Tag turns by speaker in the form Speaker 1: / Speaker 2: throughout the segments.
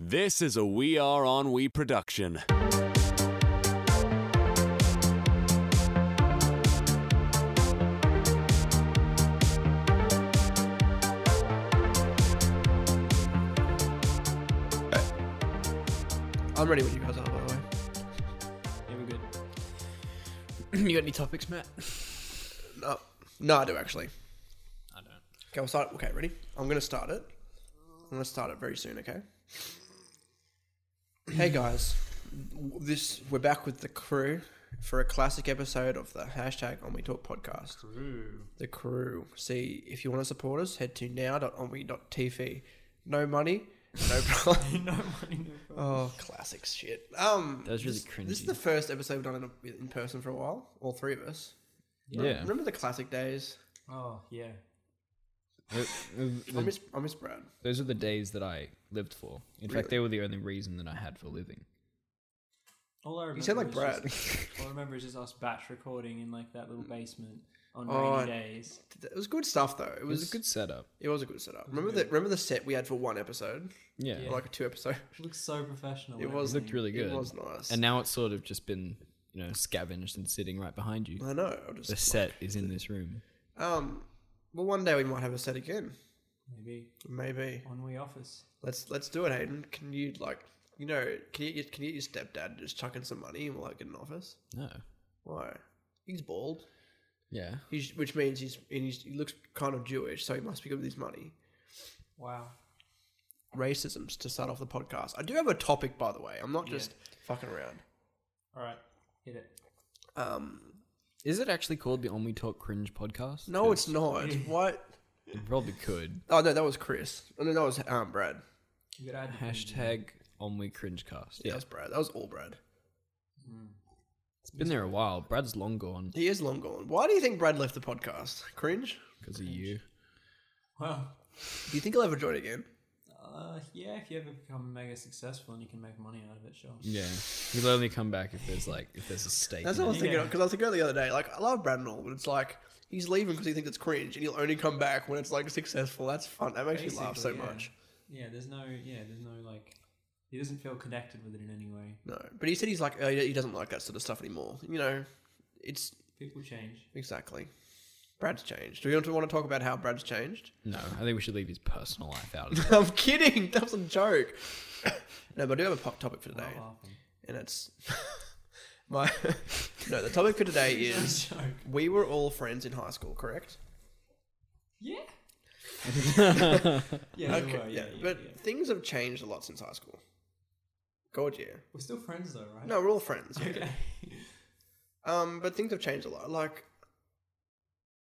Speaker 1: This is a We Are On We production.
Speaker 2: I'm ready when you guys are, by the way. Yeah, we're good. you got any topics, Matt? No. No, I do actually.
Speaker 3: I don't.
Speaker 2: Okay, we'll start. Okay, ready? I'm going to start it. I'm going to start it very soon, okay? hey, guys. W- This We're back with the crew for a classic episode of the hashtag On We Talk podcast.
Speaker 3: Ooh.
Speaker 2: The crew. See, if you want to support us, head to now.onwe.tv. No money, no problem.
Speaker 3: no money, no problem.
Speaker 2: Oh, classic shit. Um,
Speaker 3: That was really
Speaker 2: this, This is
Speaker 3: cringy.
Speaker 2: the first episode we've done in, in person for a while, all three of us.
Speaker 4: Yeah.
Speaker 2: Remember the classic days?
Speaker 3: Oh, yeah.
Speaker 4: Th- th-
Speaker 2: I
Speaker 4: th-
Speaker 2: miss, I miss Brad.
Speaker 4: Uh, Those are the days that I lived for. In fact, they were the only reason that I had for living.
Speaker 3: All I remember
Speaker 2: You sound like
Speaker 3: is
Speaker 2: Brad. Mm.
Speaker 3: Just, all I remember is just us batch recording in like that little basement on
Speaker 2: Oh,
Speaker 3: rainy days.
Speaker 2: it was good stuff though. It
Speaker 4: It
Speaker 2: was,
Speaker 4: was a good setup.
Speaker 2: It was a good setup. Remember the remember the set we had for one episode,
Speaker 4: Yeah.
Speaker 2: or like a two episode.
Speaker 3: It looked so professional.
Speaker 2: It
Speaker 3: and
Speaker 2: was
Speaker 4: It looked
Speaker 3: everything.
Speaker 4: really good.
Speaker 2: It was nice.
Speaker 4: And now it's sort of just been, you know, scavenged and sitting right behind you.
Speaker 2: I know. I
Speaker 4: The
Speaker 2: just
Speaker 4: set is in this room.
Speaker 2: um. Well, one day we might have a set again.
Speaker 3: Maybe
Speaker 2: Maybe.
Speaker 3: on We Office.
Speaker 2: Let's let's do it, Hayden. Can you like you know can you get can you get your stepdad to just chuck in some money and we'll like get an office?
Speaker 4: No.
Speaker 2: Why? He's bald.
Speaker 4: Yeah.
Speaker 2: He's, which means he's and he's, he looks kind of Jewish, so he must be good with his money.
Speaker 3: Wow.
Speaker 2: Racisms to start off the podcast. I do have a topic, by the way. I'm not just fucking around.
Speaker 3: All right, hit it.
Speaker 2: Um,
Speaker 4: Is it actually called the On We Talk Cringe podcast?
Speaker 2: no, it's not. what?
Speaker 4: It probably could.
Speaker 2: Oh no, that was Chris. Oh, no, that was um, Brad.
Speaker 3: You could add the cringy.
Speaker 4: Hashtag On We Cringe cast.
Speaker 2: Yeah, that was Brad. That was all Brad.
Speaker 4: It's been there a while. Brad's long gone
Speaker 2: He is long gone. Why do you think Brad left the podcast? Cringe.
Speaker 4: because of you.
Speaker 3: Wow.
Speaker 2: Do you think he'll ever join again?
Speaker 3: Uh, yeah, if you ever become mega successful and you can make money out of it, sure.
Speaker 4: Yeah. He'll only come back if there's like, if there's a stake.
Speaker 2: That's
Speaker 4: in
Speaker 2: what I
Speaker 4: it.
Speaker 2: was thinking
Speaker 3: Yeah.
Speaker 2: because I was thinking the other day. Like, I love Brad and all, but it's like he's leaving because he thinks it's cringe, and he'll only come back when it's like successful. That's fun. That makes me laugh so
Speaker 3: Basically, yeah.
Speaker 2: much.
Speaker 3: Yeah, there's no, yeah, there's no like, he doesn't feel connected with it in any way.
Speaker 2: No, but he said he's like, oh, he doesn't like that sort of stuff anymore. You know, it's
Speaker 3: People change.
Speaker 2: exactly. Brad's changed. Do you want to want to talk about how Brad's changed?
Speaker 4: No, I think we should leave his personal life out of it.
Speaker 2: I'm kidding. That was a joke. no, but I do have a pop topic for today,
Speaker 3: Stop laughing.
Speaker 2: and it's my no. The topic for today is
Speaker 3: Joke.
Speaker 2: we were all friends in high school, correct?
Speaker 3: Yeah. yeah,
Speaker 2: Okay,
Speaker 3: we were, yeah, yeah,
Speaker 2: but
Speaker 3: yeah.
Speaker 2: things have changed a lot since high school. God, yeah.
Speaker 3: We're still friends though, right?
Speaker 2: No, we're all friends. yeah.
Speaker 3: Okay.
Speaker 2: Um, but things have changed a lot. Like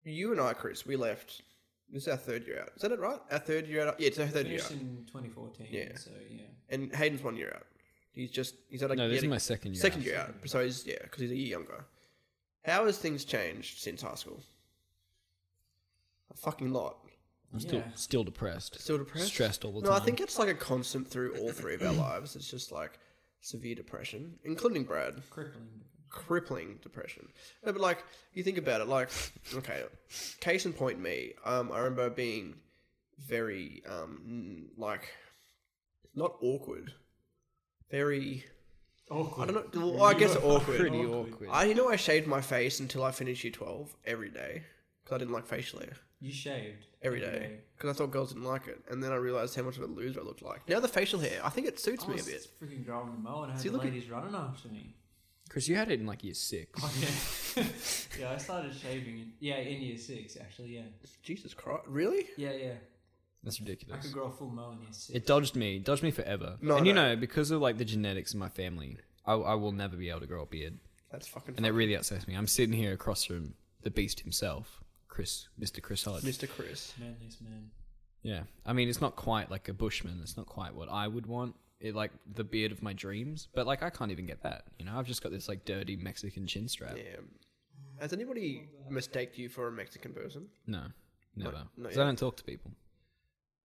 Speaker 2: you and I, Chris, we left. This is our third year out. Is that it, right? Our third year out. Yeah, it's our third year
Speaker 3: Finished
Speaker 2: out.
Speaker 3: in 2014.
Speaker 2: Yeah.
Speaker 3: So yeah.
Speaker 2: And Hayden's one year out. He's just he's had a
Speaker 4: No,
Speaker 2: he
Speaker 4: this
Speaker 2: had
Speaker 4: is
Speaker 2: a-
Speaker 4: my second year.
Speaker 2: second
Speaker 4: out.
Speaker 2: year out. So he's yeah, because he's a year younger. How has things changed since high school? A fucking lot.
Speaker 4: I'm still
Speaker 3: Yeah.
Speaker 4: still depressed.
Speaker 2: Still depressed.
Speaker 4: Stressed all the
Speaker 2: No,
Speaker 4: time.
Speaker 2: I think it's like a constant through all three of our lives. It's just like severe depression, including Brad.
Speaker 3: Crippling.
Speaker 2: crippling depression. No, but like you think about it, like okay, case in point, me. Um, I remember being very um n- like not awkward, very. I
Speaker 3: Awkward.
Speaker 2: don't know. Well, I guess awkward.
Speaker 4: pretty awkward.
Speaker 2: I you know I shaved my face until I finished year twelve every day because I didn't like facial hair
Speaker 3: You shaved
Speaker 2: every day because I thought girls didn't like it, and then I realized how much of a loser I looked like. Now the facial hair, I think it suits
Speaker 3: I
Speaker 2: me a
Speaker 3: was
Speaker 2: bit.
Speaker 3: Oh, freaking growing the mow and I had
Speaker 2: See,
Speaker 3: the
Speaker 2: look at-
Speaker 3: ladies running after me.
Speaker 4: Chris, you had it in like year six.
Speaker 3: Okay. yeah, I started shaving. In, yeah, in year six actually. Yeah.
Speaker 2: Jesus Christ, really?
Speaker 3: Yeah, yeah.
Speaker 4: That's
Speaker 3: I could
Speaker 4: ridiculous.
Speaker 3: grow a full mow in year six.
Speaker 4: It dodged me, dodged me forever.
Speaker 2: No,
Speaker 4: and you
Speaker 2: no.
Speaker 4: know, because of like the genetics in my family, I, I will never be able to grow a beard,
Speaker 2: That's fucking.
Speaker 4: and that really upsets me. I'm sitting here across from the beast himself, Chris, Mr. Chris Hodge.
Speaker 2: Mr. Chris.
Speaker 3: Manliest man.
Speaker 4: Yeah, I mean, it's not quite like a bushman. It's not quite what I would want. It like the beard of my dreams, but like I can't even get that. You know, I've just got this like dirty Mexican chin strap.
Speaker 2: Yeah. Has anybody mistaked you for a Mexican person?
Speaker 4: No, never.
Speaker 2: not
Speaker 4: 'Cause
Speaker 2: yet.
Speaker 4: I don't talk to people.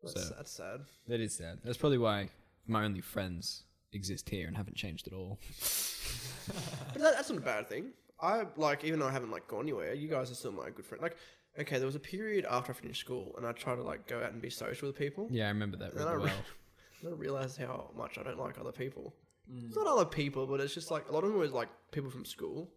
Speaker 2: That's,
Speaker 4: So-
Speaker 2: that's sad.
Speaker 4: That is sad. That's probably why my only friends exist here and haven't changed at all.
Speaker 2: But that, that's not a bad thing. I like, even though I haven't like gone anywhere, you guys are still my good friend. Like, okay, there was a period after I finished school, and I tried to like go out and be social with people.
Speaker 4: Yeah, I remember that
Speaker 2: And I
Speaker 4: really
Speaker 2: re-
Speaker 4: well.
Speaker 2: I don't realize how much I don't like other people. It's not other people, but it's just like a lot of them were like people from school,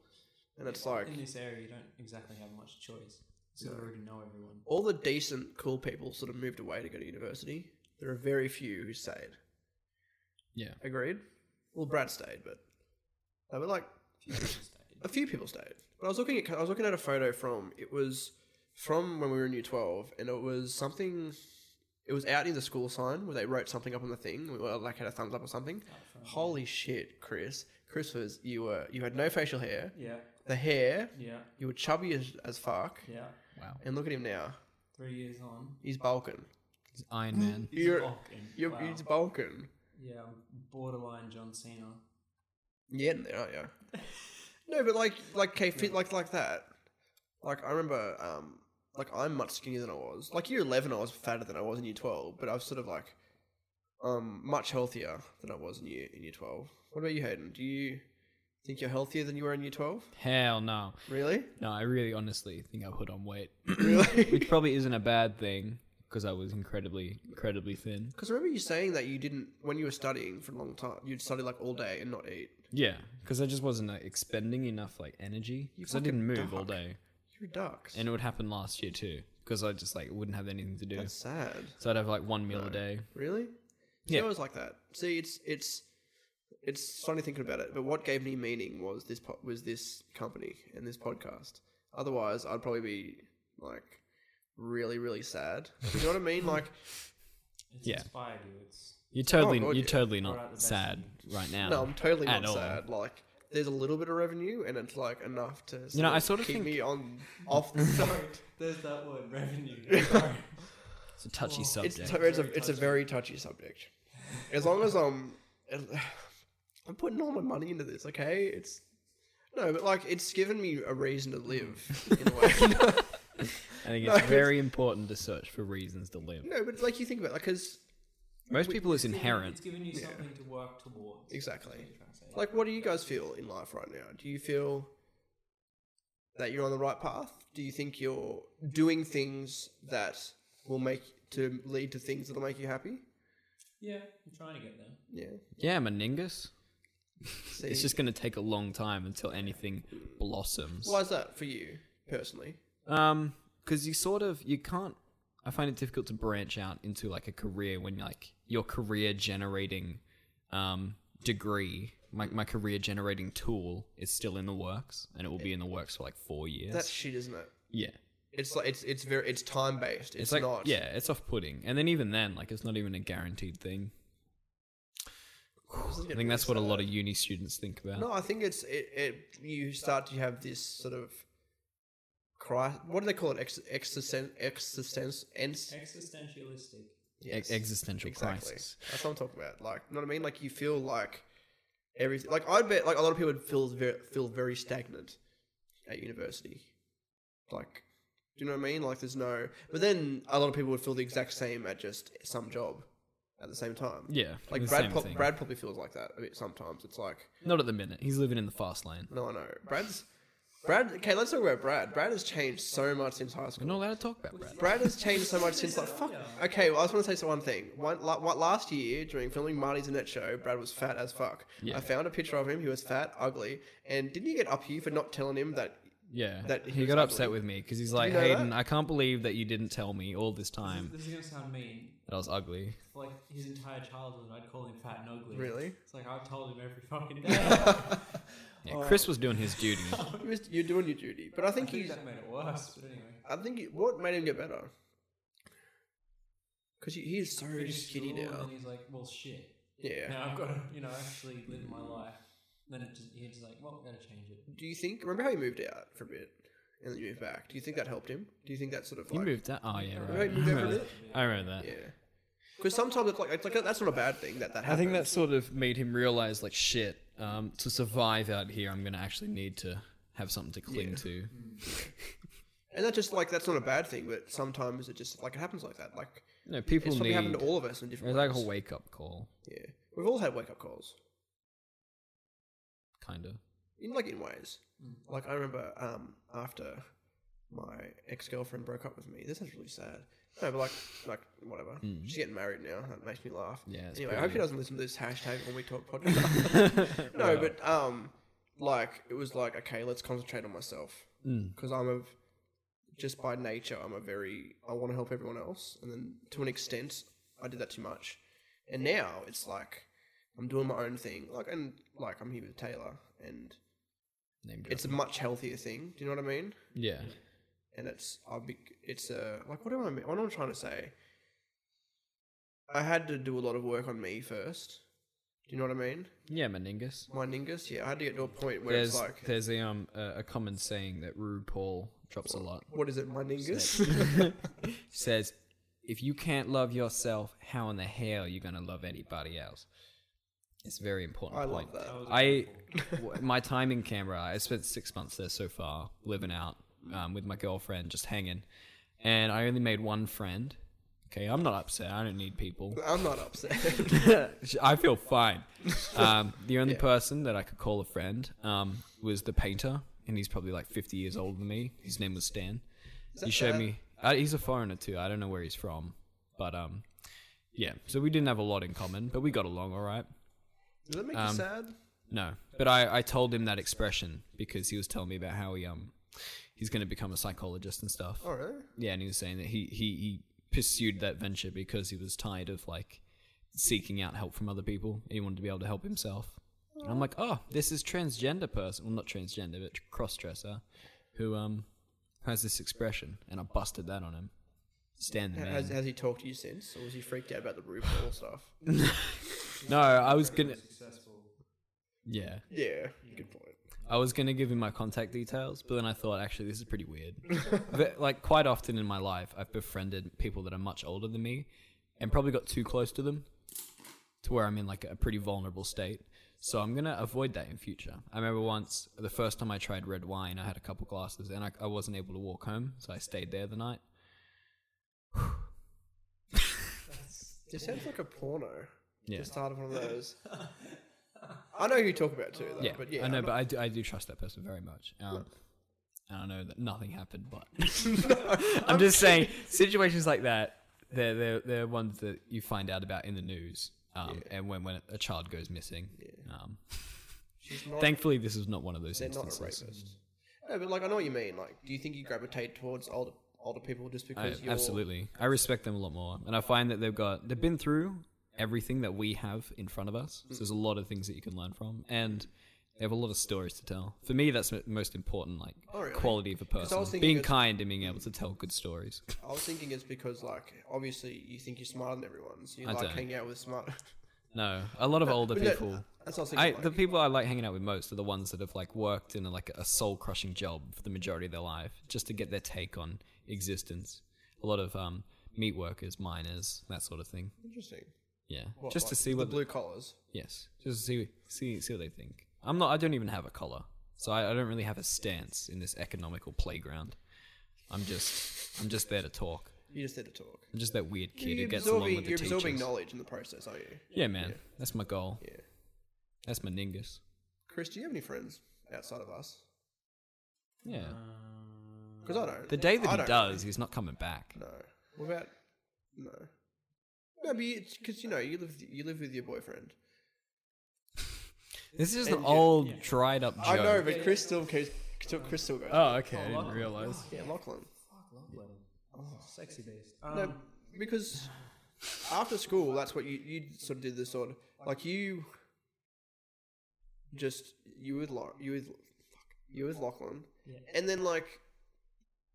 Speaker 2: and it's like
Speaker 3: in this area, you don't exactly have much choice. So you already know everyone.
Speaker 2: all the decent, cool people sort of moved away to go to university. There are very few who stayed.
Speaker 4: Yeah.
Speaker 2: Agreed. Well, Brad stayed, but they were like
Speaker 3: Few people stayed.
Speaker 2: a few people stayed. But I was looking at I was looking at a photo from it was from when we were in year twelve, and it was something. It was out near the school sign where they wrote something up on the thing, or like had a thumbs up or something.
Speaker 3: Oh,
Speaker 2: Holy shit, Chris! Chris was you were you had no facial hair.
Speaker 3: Yeah,
Speaker 2: The hair,
Speaker 3: yeah,
Speaker 2: you were chubby as, as fuck.
Speaker 3: yeah.
Speaker 4: Wow.
Speaker 2: And look at him now.
Speaker 3: Three years on.
Speaker 2: He's bulking.
Speaker 4: He's Iron Man.
Speaker 3: He's
Speaker 2: You're-
Speaker 3: rocking.
Speaker 2: You're,
Speaker 3: Wow.
Speaker 2: He's bulking.
Speaker 3: Yeah, I'm borderline John Cena.
Speaker 2: Yeah, no, yeah. no, but like, like, okay, fit like like that. Like I remember, um, like I'm much skinnier than I was. Like year eleven, I was fatter than I was in year twelve, but I was sort of like, um, much healthier than I was in year in year twelve. What about you, Hayden? Do you think you're healthier than you were in year twelve?
Speaker 4: Hell no.
Speaker 2: Really?
Speaker 4: No, I really honestly think I put on weight,
Speaker 2: really?
Speaker 4: which probably isn't a bad thing because I was incredibly, incredibly thin.
Speaker 2: Because I remember you saying that you didn't when you were studying for a long time. You'd study like all day and not eat.
Speaker 4: Yeah, because I just wasn't like, expending enough like energy
Speaker 2: You
Speaker 4: because I didn't move
Speaker 2: fucking
Speaker 4: all
Speaker 2: duck.
Speaker 4: day,
Speaker 2: You're ducks.
Speaker 4: and it would happen last year too because I just like wouldn't have anything to do,
Speaker 2: that's sad.
Speaker 4: so I'd have like one meal a day.
Speaker 2: Really?
Speaker 4: Yeah.
Speaker 2: It's always like that. See, it's it's it's funny thinking about it. But what gave me meaning was this po- was this company and this podcast. Otherwise, I'd probably be like really really sad. You know what I mean? Like
Speaker 3: It's
Speaker 4: Yeah.
Speaker 3: inspired you. It's
Speaker 4: You're totally,
Speaker 2: God,
Speaker 4: you're
Speaker 2: Oh, yeah.
Speaker 4: totally
Speaker 3: We're
Speaker 4: not
Speaker 3: at the best
Speaker 4: sad right now.
Speaker 2: no, I'm totally
Speaker 4: At
Speaker 2: not
Speaker 4: all.
Speaker 2: sad. Like there's a little bit of revenue, and it's like enough to
Speaker 4: You know, I sort of
Speaker 2: keep
Speaker 4: think-
Speaker 2: me on off the side.
Speaker 3: there's that word revenue. Sorry.
Speaker 4: It's a touchy
Speaker 2: Oh, it's,
Speaker 4: subject.
Speaker 2: t- it's a it's a very touchy subject. As long as I'm, I'm putting all my money into this. Okay, it's no, but like it's given me a reason to live in a way.
Speaker 4: I think
Speaker 2: No,
Speaker 4: it's
Speaker 2: it's-
Speaker 4: very important to search for reasons to live.
Speaker 2: no, but like you think about like because
Speaker 4: Most people it's
Speaker 3: It's given-
Speaker 4: inherent.
Speaker 3: It's giving you something to work towards.
Speaker 2: exactly,
Speaker 3: That's what you're trying to say.
Speaker 2: like what do you guys feel in life right now? Do you feel that you're on the right path? Do you think you're doing things that will make to lead to things that'll make you happy?
Speaker 3: yeah, I'm trying to get there.
Speaker 2: Yeah,
Speaker 4: Yeah, meningus.
Speaker 2: See,
Speaker 4: It's just going to take a long time until anything blossoms.
Speaker 2: why is that for you personally?
Speaker 4: Um, because you sort of you can't. I find it difficult to branch out into like a career when like your career generating um degree, my my career generating tool is still in the works, and it will be in the works for like four years.
Speaker 2: That's shit, isn't it?
Speaker 4: yeah.
Speaker 2: It's like it's it's very it's time based. It's,
Speaker 4: It's, like
Speaker 2: not
Speaker 4: yeah, it's off putting, and then even then, like it's not even a guaranteed thing.
Speaker 2: This is
Speaker 4: I
Speaker 2: gonna
Speaker 4: think
Speaker 2: be
Speaker 4: that's what a
Speaker 2: sad.
Speaker 4: lot of uni students think about.
Speaker 2: No, I think it's it, it. You start to have this sort of cry. What do they call it? Ex, existence. Existence. ens-
Speaker 3: Existentialistic.
Speaker 2: yes.
Speaker 4: E-, existential
Speaker 2: Exactly.
Speaker 4: crisis.
Speaker 2: That's what I'm talking about. Like, you know what I mean? Like, you feel like everything. Like, I bet like a lot of people would feel very, feel very stagnant at university. Like, do you know what I mean? Like, there's no. But then a lot of people would feel the exact same at just some job at the same time.
Speaker 4: Yeah,
Speaker 2: Like
Speaker 4: the
Speaker 2: Brad,
Speaker 4: same
Speaker 2: prob-
Speaker 4: thing.
Speaker 2: Brad probably feels like that a bit sometimes. It's like,
Speaker 4: Not at the minute. He's living in the fast lane.
Speaker 2: no, I know. Brad's, Brad. Okay, let's talk about Brad. Brad has changed so much since high
Speaker 4: We're
Speaker 2: school.
Speaker 4: not allowed to talk about Brad.
Speaker 2: Brad has changed so much since like fuck. Okay, well, I just want to say so one thing. One, la, what, last year during filming Marty's Net Show, Brad was fat as fuck.
Speaker 4: Yeah.
Speaker 2: I found a picture of him. He was fat, ugly, and didn't you get up here for not telling him that?
Speaker 4: Yeah,
Speaker 2: that
Speaker 4: he,
Speaker 2: he was
Speaker 4: got
Speaker 2: ugly.
Speaker 4: upset with me because he's like,
Speaker 2: know
Speaker 4: Hayden,
Speaker 2: that?
Speaker 4: I can't believe that you didn't tell me all this time
Speaker 3: This is gonna sound mean.
Speaker 4: that I was ugly.
Speaker 3: For like his entire childhood, I'd call him fat and ugly.
Speaker 2: Really?
Speaker 3: It's like I told him every fucking day.
Speaker 4: Yeah,
Speaker 2: Oh.
Speaker 4: Chris was doing his duty.
Speaker 2: You was- You're doing your duty, but I
Speaker 3: I
Speaker 2: think
Speaker 3: think
Speaker 2: he's.
Speaker 3: that made it worse. But anyway,
Speaker 2: I think he, what made him get better? Because he, he is so
Speaker 3: Finished
Speaker 2: skinny
Speaker 3: school,
Speaker 2: now.
Speaker 3: And he's like, well, shit.
Speaker 2: Yeah.
Speaker 3: Now I've got to, you know, actually live my life. Then it just, he's like, well, i got to change it.
Speaker 2: Do you think? Remember how he moved out for a bit and then you moved back? Do you think that helped him? Do you think that sort of
Speaker 4: you
Speaker 2: like
Speaker 4: moved out. Oh yeah, right.
Speaker 2: Right, you
Speaker 4: I
Speaker 2: never
Speaker 4: remember
Speaker 2: did.
Speaker 4: that. I remember that.
Speaker 2: yeah? Because sometimes it's like it's like that's not a bad thing that that
Speaker 4: I
Speaker 2: happens.
Speaker 4: think that sort of made him realize, like, shit. Um, to survive out here, I'm gonna actually need to have something to cling
Speaker 2: Yeah. Mm.
Speaker 4: to.
Speaker 2: and that's just like that's not a bad thing, but sometimes it just like it happens like that. Like
Speaker 4: You know,
Speaker 2: it's
Speaker 4: people
Speaker 2: probably
Speaker 4: need.
Speaker 2: happened to all of us in
Speaker 4: It
Speaker 2: different
Speaker 4: was
Speaker 2: ways.
Speaker 4: like a wake up call,
Speaker 2: yeah, we've all had wake up calls
Speaker 4: kind of.
Speaker 2: in like in ways. Like I remember um after my ex girlfriend broke up with me. This is really sad. No, but like, like whatever. She's getting married now. That makes me laugh.
Speaker 4: Hmm. Yeah, it's
Speaker 2: Anyway, I hope
Speaker 4: pretty-
Speaker 2: she doesn't listen to this hashtag when we talk podcast. no, but um, like it was like okay, let's concentrate on myself
Speaker 4: Hmm.
Speaker 2: because I'm a just by nature I'm a very I want to help everyone else, and then to an extent I did that too much, and now it's like I'm doing my own thing. Like and like I'm here with Taylor, and
Speaker 4: Name drop.
Speaker 2: it's a much healthier thing. Do you know what I mean?
Speaker 4: yeah.
Speaker 2: and it's I'll be it's a like what am I what am I trying to say? I had to do a lot of work on me first. Do you know what I mean?
Speaker 4: Yeah, meningus.
Speaker 2: My ningus, yeah. I had to get to a point where
Speaker 4: There's
Speaker 2: it's like,
Speaker 4: there's a um a, a common saying that RuPaul drops a lot.
Speaker 2: what is it, my ningus?
Speaker 4: Says, if you can't love yourself, how in the hell are you gonna love anybody else? It's a very important.
Speaker 2: I
Speaker 4: point.
Speaker 2: love that.
Speaker 4: I w- my time in Canberra, I spent six months there so far, living out um, with my girlfriend, just hanging, and I only made one friend. Okay, I'm not upset. I don't need people.
Speaker 2: I'm not upset.
Speaker 4: I feel fine. Um, the only person that I could call a friend um, was the painter, and he's probably like 50 years older than me. His name was Stan. He showed
Speaker 2: that-
Speaker 4: me. Uh, he's a foreigner too. I don't know where he's from, but um, yeah. So we didn't have a lot in common, but we got along all right.
Speaker 2: Does that make
Speaker 4: Um,
Speaker 2: you sad?
Speaker 4: No, but I, I told him that expression because he was telling me about how he um he's going to become a psychologist and stuff.
Speaker 2: Oh really?
Speaker 4: Yeah, and he was saying that he, he he pursued that venture because he was tired of like seeking out help from other people. He wanted to be able to help himself. And I'm like, oh, this is transgender person. Well, not transgender, but crossdresser, who um has this expression, and I busted that on him. Stand the man.
Speaker 2: Has, has he talked to you since, or was he freaked out about the RuPaul stuff?
Speaker 4: no, I was gonna.
Speaker 3: Successful.
Speaker 4: Yeah.
Speaker 2: Yeah, good point.
Speaker 4: I was going to give him my contact details, but then I thought, actually, this is pretty weird. but, like, quite often in my life, I've befriended people that are much older than me and probably got too close to them to where I'm in, like, a pretty vulnerable state. So I'm going to avoid that in future. I remember once, the first time I tried red wine, I had a couple glasses and I, I wasn't able to walk home, so I stayed there the night.
Speaker 2: This sounds like a porno.
Speaker 4: Yeah.
Speaker 2: The start of one of those. I know who you talk about too, though.
Speaker 4: Yeah,
Speaker 2: but yeah,
Speaker 4: I know,
Speaker 2: I'm
Speaker 4: but I do, I do trust that person very much. Um, and I know that nothing happened, but I'm just saying situations like that. They're, they're they're ones that you find out about in the news, um, and when when a child goes missing. Um,
Speaker 2: she's not-
Speaker 4: thankfully, this is not one of those
Speaker 2: They're not a
Speaker 4: instances.
Speaker 2: rapist. No, but like I know what you mean. Like, do you think you gravitate towards older older people just
Speaker 4: I-
Speaker 2: because you're
Speaker 4: absolutely, I respect them a lot more, and I find that they've got they've been through everything that we have in front of us. So there's a lot of things that you can learn from, and they have a lot of stories to tell. For me, that's the most important, like
Speaker 2: Oh, really?
Speaker 4: quality of a
Speaker 2: 'Cause I
Speaker 4: person,
Speaker 2: was thinking
Speaker 4: being
Speaker 2: it's-
Speaker 4: kind and being able to tell good stories.
Speaker 2: I was thinking it's because like obviously you think you're smarter than everyone, so you
Speaker 4: I
Speaker 2: like
Speaker 4: don't.
Speaker 2: hanging out with smart
Speaker 4: No, a lot of older
Speaker 2: But no,
Speaker 4: people.
Speaker 2: that's what I was
Speaker 4: I,
Speaker 2: thinking.
Speaker 4: the
Speaker 2: like,
Speaker 4: people I like hanging out with most are the ones that have like worked in like a soul crushing job for the majority of their life just to get their take on existence. A lot of um, meat workers, miners, that sort of thing.
Speaker 2: interesting.
Speaker 4: Yeah,
Speaker 2: What,
Speaker 4: just to
Speaker 2: like,
Speaker 4: see
Speaker 2: the
Speaker 4: what
Speaker 2: blue collars.
Speaker 4: Yes, just to see see see what they think. I'm not. I don't even have a collar, so I, I don't really have a stance in this economical playground. I'm just I'm just there to talk.
Speaker 2: You just did a talk.
Speaker 4: I'm just that weird kid
Speaker 2: you're
Speaker 4: who gets
Speaker 2: absorbing,
Speaker 4: along with the
Speaker 2: you're
Speaker 4: teachers.
Speaker 2: absorbing knowledge in the process, are you?
Speaker 4: Yeah, man, that's my goal.
Speaker 2: Yeah.
Speaker 4: That's my ningus.
Speaker 2: Chris, do you have any friends outside of us?
Speaker 4: Yeah.
Speaker 2: Because I don't.
Speaker 4: the day that
Speaker 2: I
Speaker 4: he
Speaker 2: don't
Speaker 4: does, he's not coming back.
Speaker 2: No. What about no? No, but because you know you live you live with your boyfriend.
Speaker 4: This is just
Speaker 2: And
Speaker 4: an
Speaker 2: you-
Speaker 4: old, dried up joke.
Speaker 2: I know, but Chris still keeps still, Chris still goes.
Speaker 4: Oh, okay. I didn't realize.
Speaker 2: Yeah, Lachlan.
Speaker 3: Sexy based. Um,
Speaker 2: Oh, No, because after school, that's what you you sort of did this sort of like you just you with Lau- you with fuck, you with Lachlan,
Speaker 3: Yeah.
Speaker 2: and then like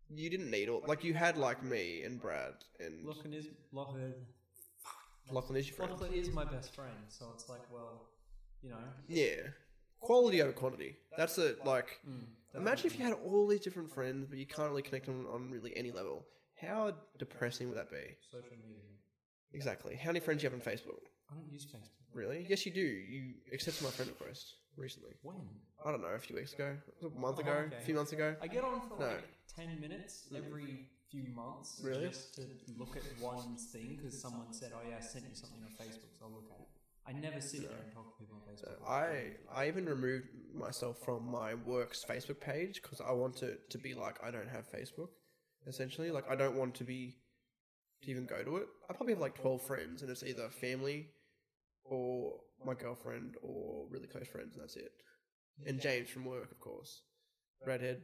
Speaker 2: you didn't need all like you had like me and Brad and
Speaker 3: Lachlan is Lachlan.
Speaker 2: Lachlan is your friend.
Speaker 3: Lachlan is my best friend, so it's like, well, you know,
Speaker 2: Yeah, quality over quantity. That's a like.
Speaker 3: Mm,
Speaker 2: Imagine if you had all these different friends, but you can't really connect on on really any level. How depressing would that be?
Speaker 3: social media.
Speaker 2: Exactly. How many friends do you have on Facebook?
Speaker 3: I don't use Facebook.
Speaker 2: Really? Yes, you do. You accepted my friend request recently.
Speaker 3: When?
Speaker 2: I don't know, a few weeks ago, a month ago, a
Speaker 3: okay.
Speaker 2: few months ago.
Speaker 3: I get on for
Speaker 2: No.
Speaker 3: like ten minutes every few months,
Speaker 2: Really?
Speaker 3: just to look at one thing because someone said, "Oh yeah, I sent you something on Facebook," so I'll look at it. I never sit there and talk to people on Facebook.
Speaker 2: I I even removed myself from my work's Facebook page because I want to to be like I don't have Facebook, essentially. Like I don't want to be to even go to it. I probably have like 12 friends, and it's either family or my girlfriend or really close friends, and that's it. And James from work, of course. Redhead.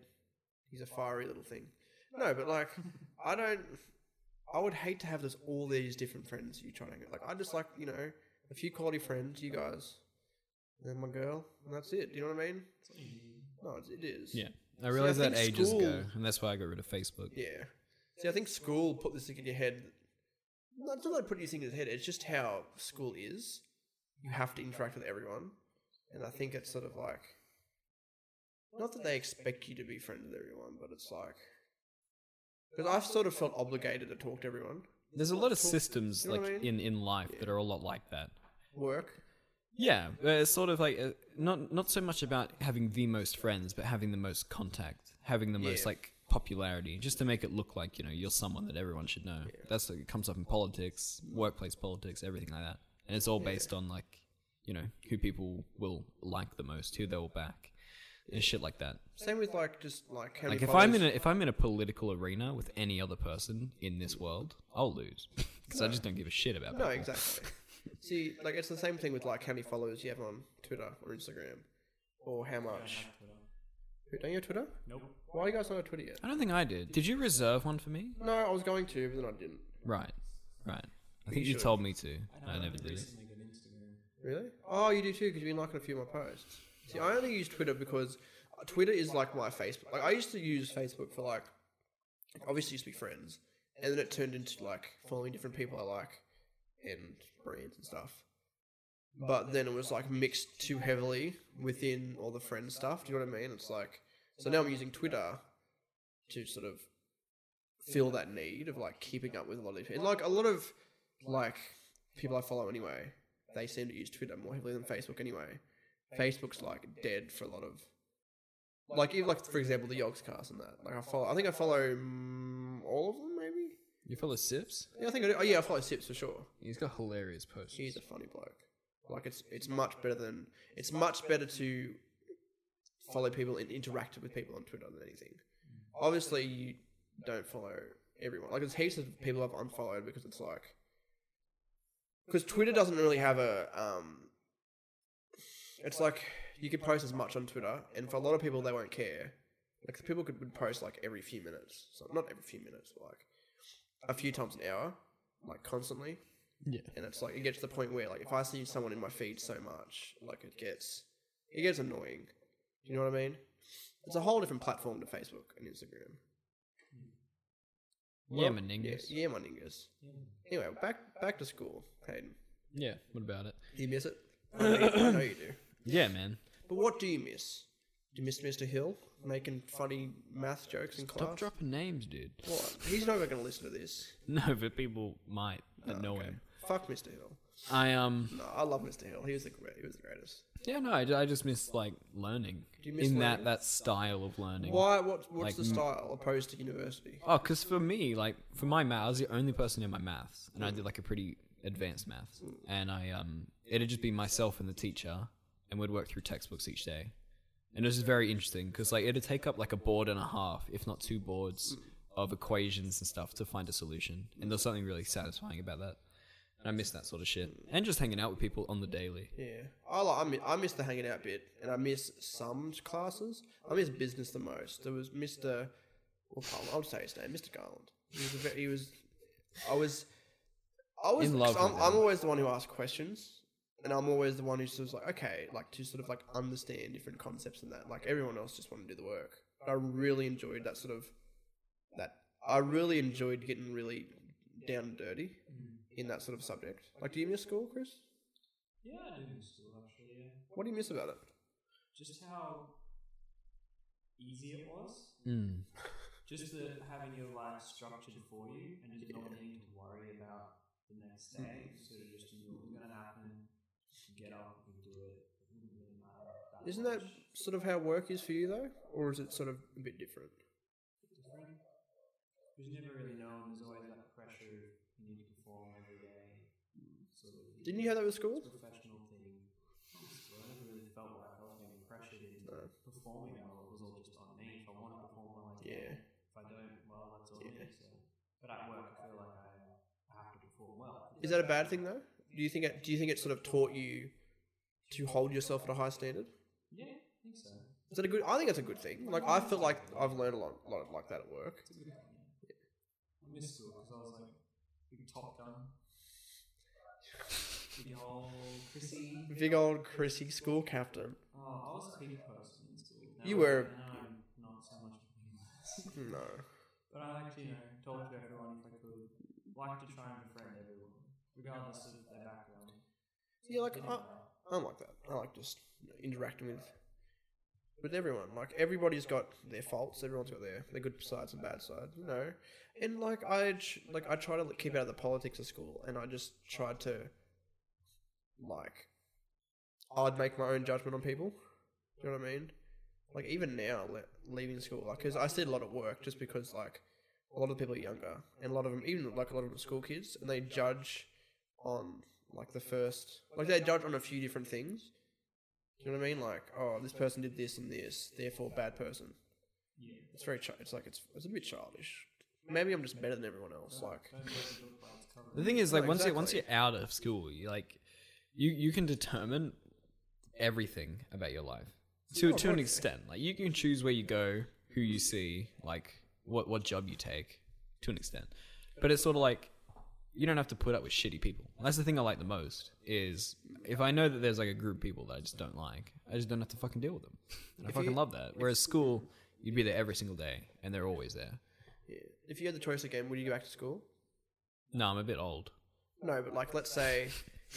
Speaker 2: He's a fiery little thing. No, but like, I don't. I would hate to have this all these different friends you trying to like. I just like you know a few quality friends, you guys, and then my girl, and that's it. Do you know what I mean? No, it's, it is.
Speaker 4: Yeah. I realized that
Speaker 2: think
Speaker 4: ages ago,
Speaker 2: school-
Speaker 4: and that's why I got rid of Facebook.
Speaker 2: Yeah. See, I think school put this thing in your head. No, It's not like putting this thing in your head. It's just how school is. You have to interact with everyone, and I think it's sort of like not that they expect you to be friends with everyone, but it's like because I've sort of felt obligated to talk to everyone.
Speaker 4: There's a lot of systems
Speaker 2: You know
Speaker 4: like
Speaker 2: what I
Speaker 4: in in life that are a lot like that.
Speaker 2: Work.
Speaker 4: Yeah, uh, it's sort of like uh, not not so much about having the most friends, but having the most contact, having the most
Speaker 2: Yeah.
Speaker 4: like popularity, just to make it look like you know you're someone that everyone should know. That's it comes up in politics, workplace politics, everything like that, and it's all based on like you know who people will like the most, who they'll back, and shit like that.
Speaker 2: Same with like just like how
Speaker 4: Like
Speaker 2: many
Speaker 4: if I'm in
Speaker 2: followers-
Speaker 4: a, if I'm in a political arena with any other person in this world, I'll lose because I just don't give a shit about.
Speaker 2: No,
Speaker 4: people.
Speaker 2: exactly. See, like it's the same thing with like how many followers you have on Twitter or Instagram, or how much. Who Don't you have Twitter?
Speaker 3: Nope.
Speaker 2: Why are you guys not on Twitter yet?
Speaker 4: I don't think I did. Did you reserve one for me?
Speaker 2: No, I was going to, but then I didn't.
Speaker 4: Right, right. I think you
Speaker 2: should.
Speaker 4: told me to.
Speaker 3: And
Speaker 4: I,
Speaker 3: I've
Speaker 4: never
Speaker 3: only
Speaker 4: did it.
Speaker 3: recently got Instagram.
Speaker 2: Really? Oh, you do too, because you've been liking a few of my posts. See, I only use Twitter because Twitter is like my Facebook. Like I used to use Facebook for like, obviously used to be friends, and then it turned into like following different people I like, and brands and stuff. But then it was like mixed too heavily within all the friend stuff. Do you know what I mean? It's like so now I'm using Twitter to sort of feel that need of like keeping up with a lot of these people. Like a lot of like people I follow anyway, they seem to use Twitter more heavily than Facebook anyway. Facebook's like dead for a lot of like even like for example the Yogscast and that. Like I follow, I think I follow mm, all of them maybe.
Speaker 4: You follow Sips?
Speaker 2: Yeah, I think I do. Oh yeah, I follow Sips for sure.
Speaker 4: He's got hilarious posts.
Speaker 2: He's a funny bloke. Like it's it's much better than it's much better to follow people and interact with people on Twitter than anything. Obviously, you don't follow everyone. Like there's heaps of people I've unfollowed because it's like because Twitter doesn't really have a um. It's like you can post as much on Twitter, and for a lot of people, they won't care. Like the people could would post like every few minutes, so not every few minutes, but like a few times an hour, like constantly.
Speaker 4: Yeah.
Speaker 2: And it's like it gets to the point where like if I see someone in my feed so much, like it gets it gets annoying. Do you know what I mean? It's a whole different platform to Facebook and Instagram.
Speaker 4: Yeah,
Speaker 2: Well,
Speaker 4: Meningus.
Speaker 2: Yeah,
Speaker 4: Yeah,
Speaker 2: yeah, Meningas. Anyway, back back to school, Hayden.
Speaker 4: What about it?
Speaker 2: Do you miss it? I know you- I know you do.
Speaker 4: Yeah, man.
Speaker 2: But what do you miss? Do you miss Mr. Hill making funny math jokes in class?
Speaker 4: Stop dropping names, dude.
Speaker 2: What? He's never going to listen to this.
Speaker 4: No, but people might that know him.
Speaker 2: Fuck Mr. Hill.
Speaker 4: I um.
Speaker 2: No, I love Mr. Hill. He was the great. He was the greatest.
Speaker 4: Yeah, no, I, I just miss like learning
Speaker 2: Do you miss
Speaker 4: in
Speaker 2: learning?
Speaker 4: that that style of learning.
Speaker 2: Why? What? What's
Speaker 4: Like,
Speaker 2: the
Speaker 4: mm.
Speaker 2: style opposed to university?
Speaker 4: Oh, because for me, like for my math, I was the only person in my maths, and I did like a pretty advanced maths, and I um, it'd just be myself and the teacher, and we'd work through textbooks each day, and it was just very interesting because like it'd take up like a board and a half, if not two boards, of equations and stuff to find a solution, and there's something really satisfying about that, and I miss that sort of shit, and just hanging out with people on the daily.
Speaker 2: Yeah, I like, I miss, I miss the hanging out bit, and I miss some classes. I miss business the most. There was Mister, well, I'll- I'll say his name, Mister Garland. He was, a ve- he was, I was, I was.
Speaker 4: In love
Speaker 2: 'cause I'm,
Speaker 4: with him.
Speaker 2: I'm always the one who asks questions, and I'm always the one who's sort of like, okay, like to sort of like understand different concepts and that. Like everyone else just wanted to do the work. But I really enjoyed that sort of, that I really enjoyed getting really down and dirty in that sort of subject. Like, do you miss school, Chris?
Speaker 3: Yeah, I do miss school actually. Yeah.
Speaker 2: What do you miss about it?
Speaker 3: Just how easy it was.
Speaker 4: Mm.
Speaker 3: Just the having your life structured for you and just not needing to worry about the next day. Sort of just you know what's going to happen. You get up and do it. It wouldn't really matter that
Speaker 2: Isn't that
Speaker 3: much.
Speaker 2: sort of how work is for you though, or is it sort of a bit different?
Speaker 3: different. Because you never really know, and there's always that pressure you need to perform every day. Sort of
Speaker 2: Hmm. Didn't you have that with school?
Speaker 3: professional thing. So I never really felt like I was being pressured into performing at all. It was all just on me. If I want to perform, I like to
Speaker 2: Yeah.
Speaker 3: perform. If I don't, well, that's on
Speaker 2: Yeah.
Speaker 3: me. So. But at work, I feel like I
Speaker 2: Is that a bad thing though? Do you think it? Do you think it sort of taught you to hold yourself at a high standard?
Speaker 3: Yeah, I think so.
Speaker 2: Is that a good? I think that's a good thing. Like I feel like I've learned a lot, lot like that at work.
Speaker 3: It's a good thing. Yeah. I missed school because I was like big Top Gun. Big old Chrissy.
Speaker 2: Big old Chrissy, school captain.
Speaker 3: Oh, I was a big person in school. Now
Speaker 2: You
Speaker 3: I'm-
Speaker 2: were-
Speaker 3: Now I'm not so much. of a big person.
Speaker 2: No,
Speaker 3: but I like to, you know, talk to everyone if I could. Like to try and befriend everyone, regardless of their background.
Speaker 2: yeah, like
Speaker 3: Didn't
Speaker 2: I,
Speaker 3: know.
Speaker 2: I'm like that. I like just you know, interacting with with everyone. Like everybody's got their faults. Everyone's got their their good sides and bad sides. You know, and like I tr- like I try to keep out of the politics of school, and I just tried to like I'd make my own judgment on people. Do you know what I mean? Like even now, le- leaving school, like because I see a lot at work, just because like a lot of people are younger, and a lot of them, even like a lot of them, are school kids, and they judge on like the first, like they judge on a few different things. Do you know what I mean? Like, oh, this person did this and this, therefore bad person.
Speaker 3: Yeah.
Speaker 2: It's very, chi- it's like it's it's a bit childish. Maybe I'm just better than everyone else. Like,
Speaker 3: Don't judge a book by its cover.
Speaker 4: The thing is, like
Speaker 2: No,
Speaker 4: once you once
Speaker 2: exactly.
Speaker 4: you're out of school, you like you you can determine everything about your life to to an
Speaker 2: totally.
Speaker 4: extent. Like you can choose where you go, who you see, like what what job you take, to an extent. But it's sort of like you don't have to put up with shitty people. That's the thing I like the most is if I know that there's like a group of people that I just don't like, I just don't have to fucking deal with them. And I fucking love that. Whereas school, you'd be there every single day, and they're always there.
Speaker 2: yeah. if you had the choice again, would you go back to school?
Speaker 4: No, I'm a bit old.
Speaker 2: No, but like, let's say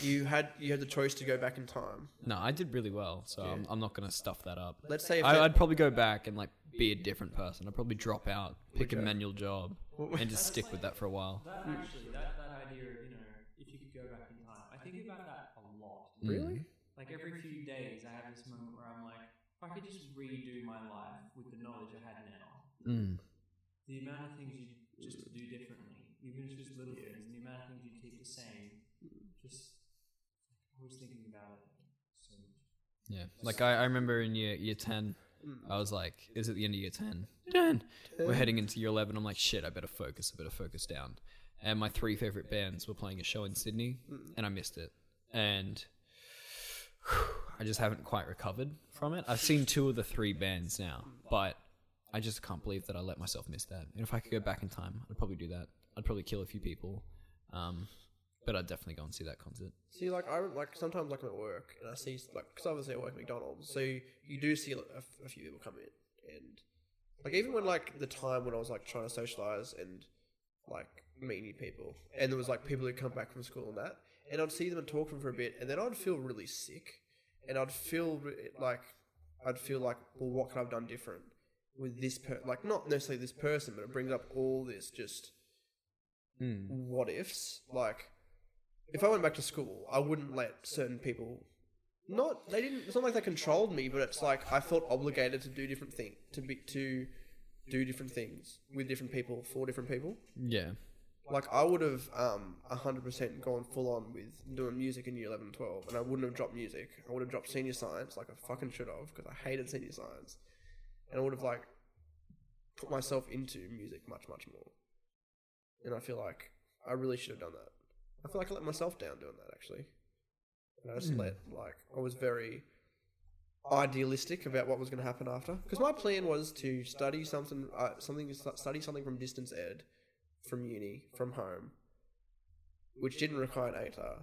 Speaker 2: you had you had the choice to go back in time.
Speaker 4: No, I did really well, so I'm, I'm not gonna stuff that up.
Speaker 2: Let's say if
Speaker 4: I,
Speaker 2: that-
Speaker 4: I'd probably go back and like be a different person. I'd probably drop out, pick a manual job, and just stick with that for a while.
Speaker 3: That actually, that, that idea of, you know, if you could go back in time, I think about that a lot.
Speaker 4: Really?
Speaker 3: Like every few days, I have this moment where I'm like, if I could just redo my life with the knowledge I had now,
Speaker 4: Mm.
Speaker 3: the amount of things you just do differently, even if it's just little things, the amount of things you keep the same, just always thinking about it. So
Speaker 4: Yeah. Like I, I remember in year year ten, I was like, "Is it the end of Mm. year 10? 10. We're heading into year eleven. I'm like, "Shit, I better focus. I better focus down." And my three favorite bands were playing a show in Sydney, and I missed it. And I just haven't quite recovered from it. I've seen two of the three bands now, but I just can't believe that I let myself miss that. And if I could go back in time, I'd probably do that. I'd probably kill a few people, um, but I'd definitely go and see that concert.
Speaker 2: See, like I like sometimes like I'm at work and I see like because obviously I work at McDonald's, so you do see like, a, f- a few people come in and like even when like the time when I was like trying to socialize and like meet new people, and there was like people who come back from school and that, and I'd see them and talk to them for a bit, and then I'd feel really sick, and I'd feel re- like I'd feel like well, what could I've done different with this per like not necessarily this person, but it brings up all this just
Speaker 4: Mm.
Speaker 2: what ifs like if I went back to school, I wouldn't let certain people. Not they didn't. It's not like they controlled me, but it's like I felt obligated to do different thing to be to do different things with different people for different people.
Speaker 4: Yeah.
Speaker 2: Like I would have um hundred percent gone full on with doing music in year 11 and 12, and I wouldn't have dropped music. I would have dropped senior science like I fucking should have because I hated senior science, and I would have like put myself into music much much more. And I feel like I really should have done that. I feel like I let myself down doing that actually. And I just let like I was very idealistic about what was going to happen after because my plan was to study something uh, something study something from distance ed from uni from home which didn't require an ATAR.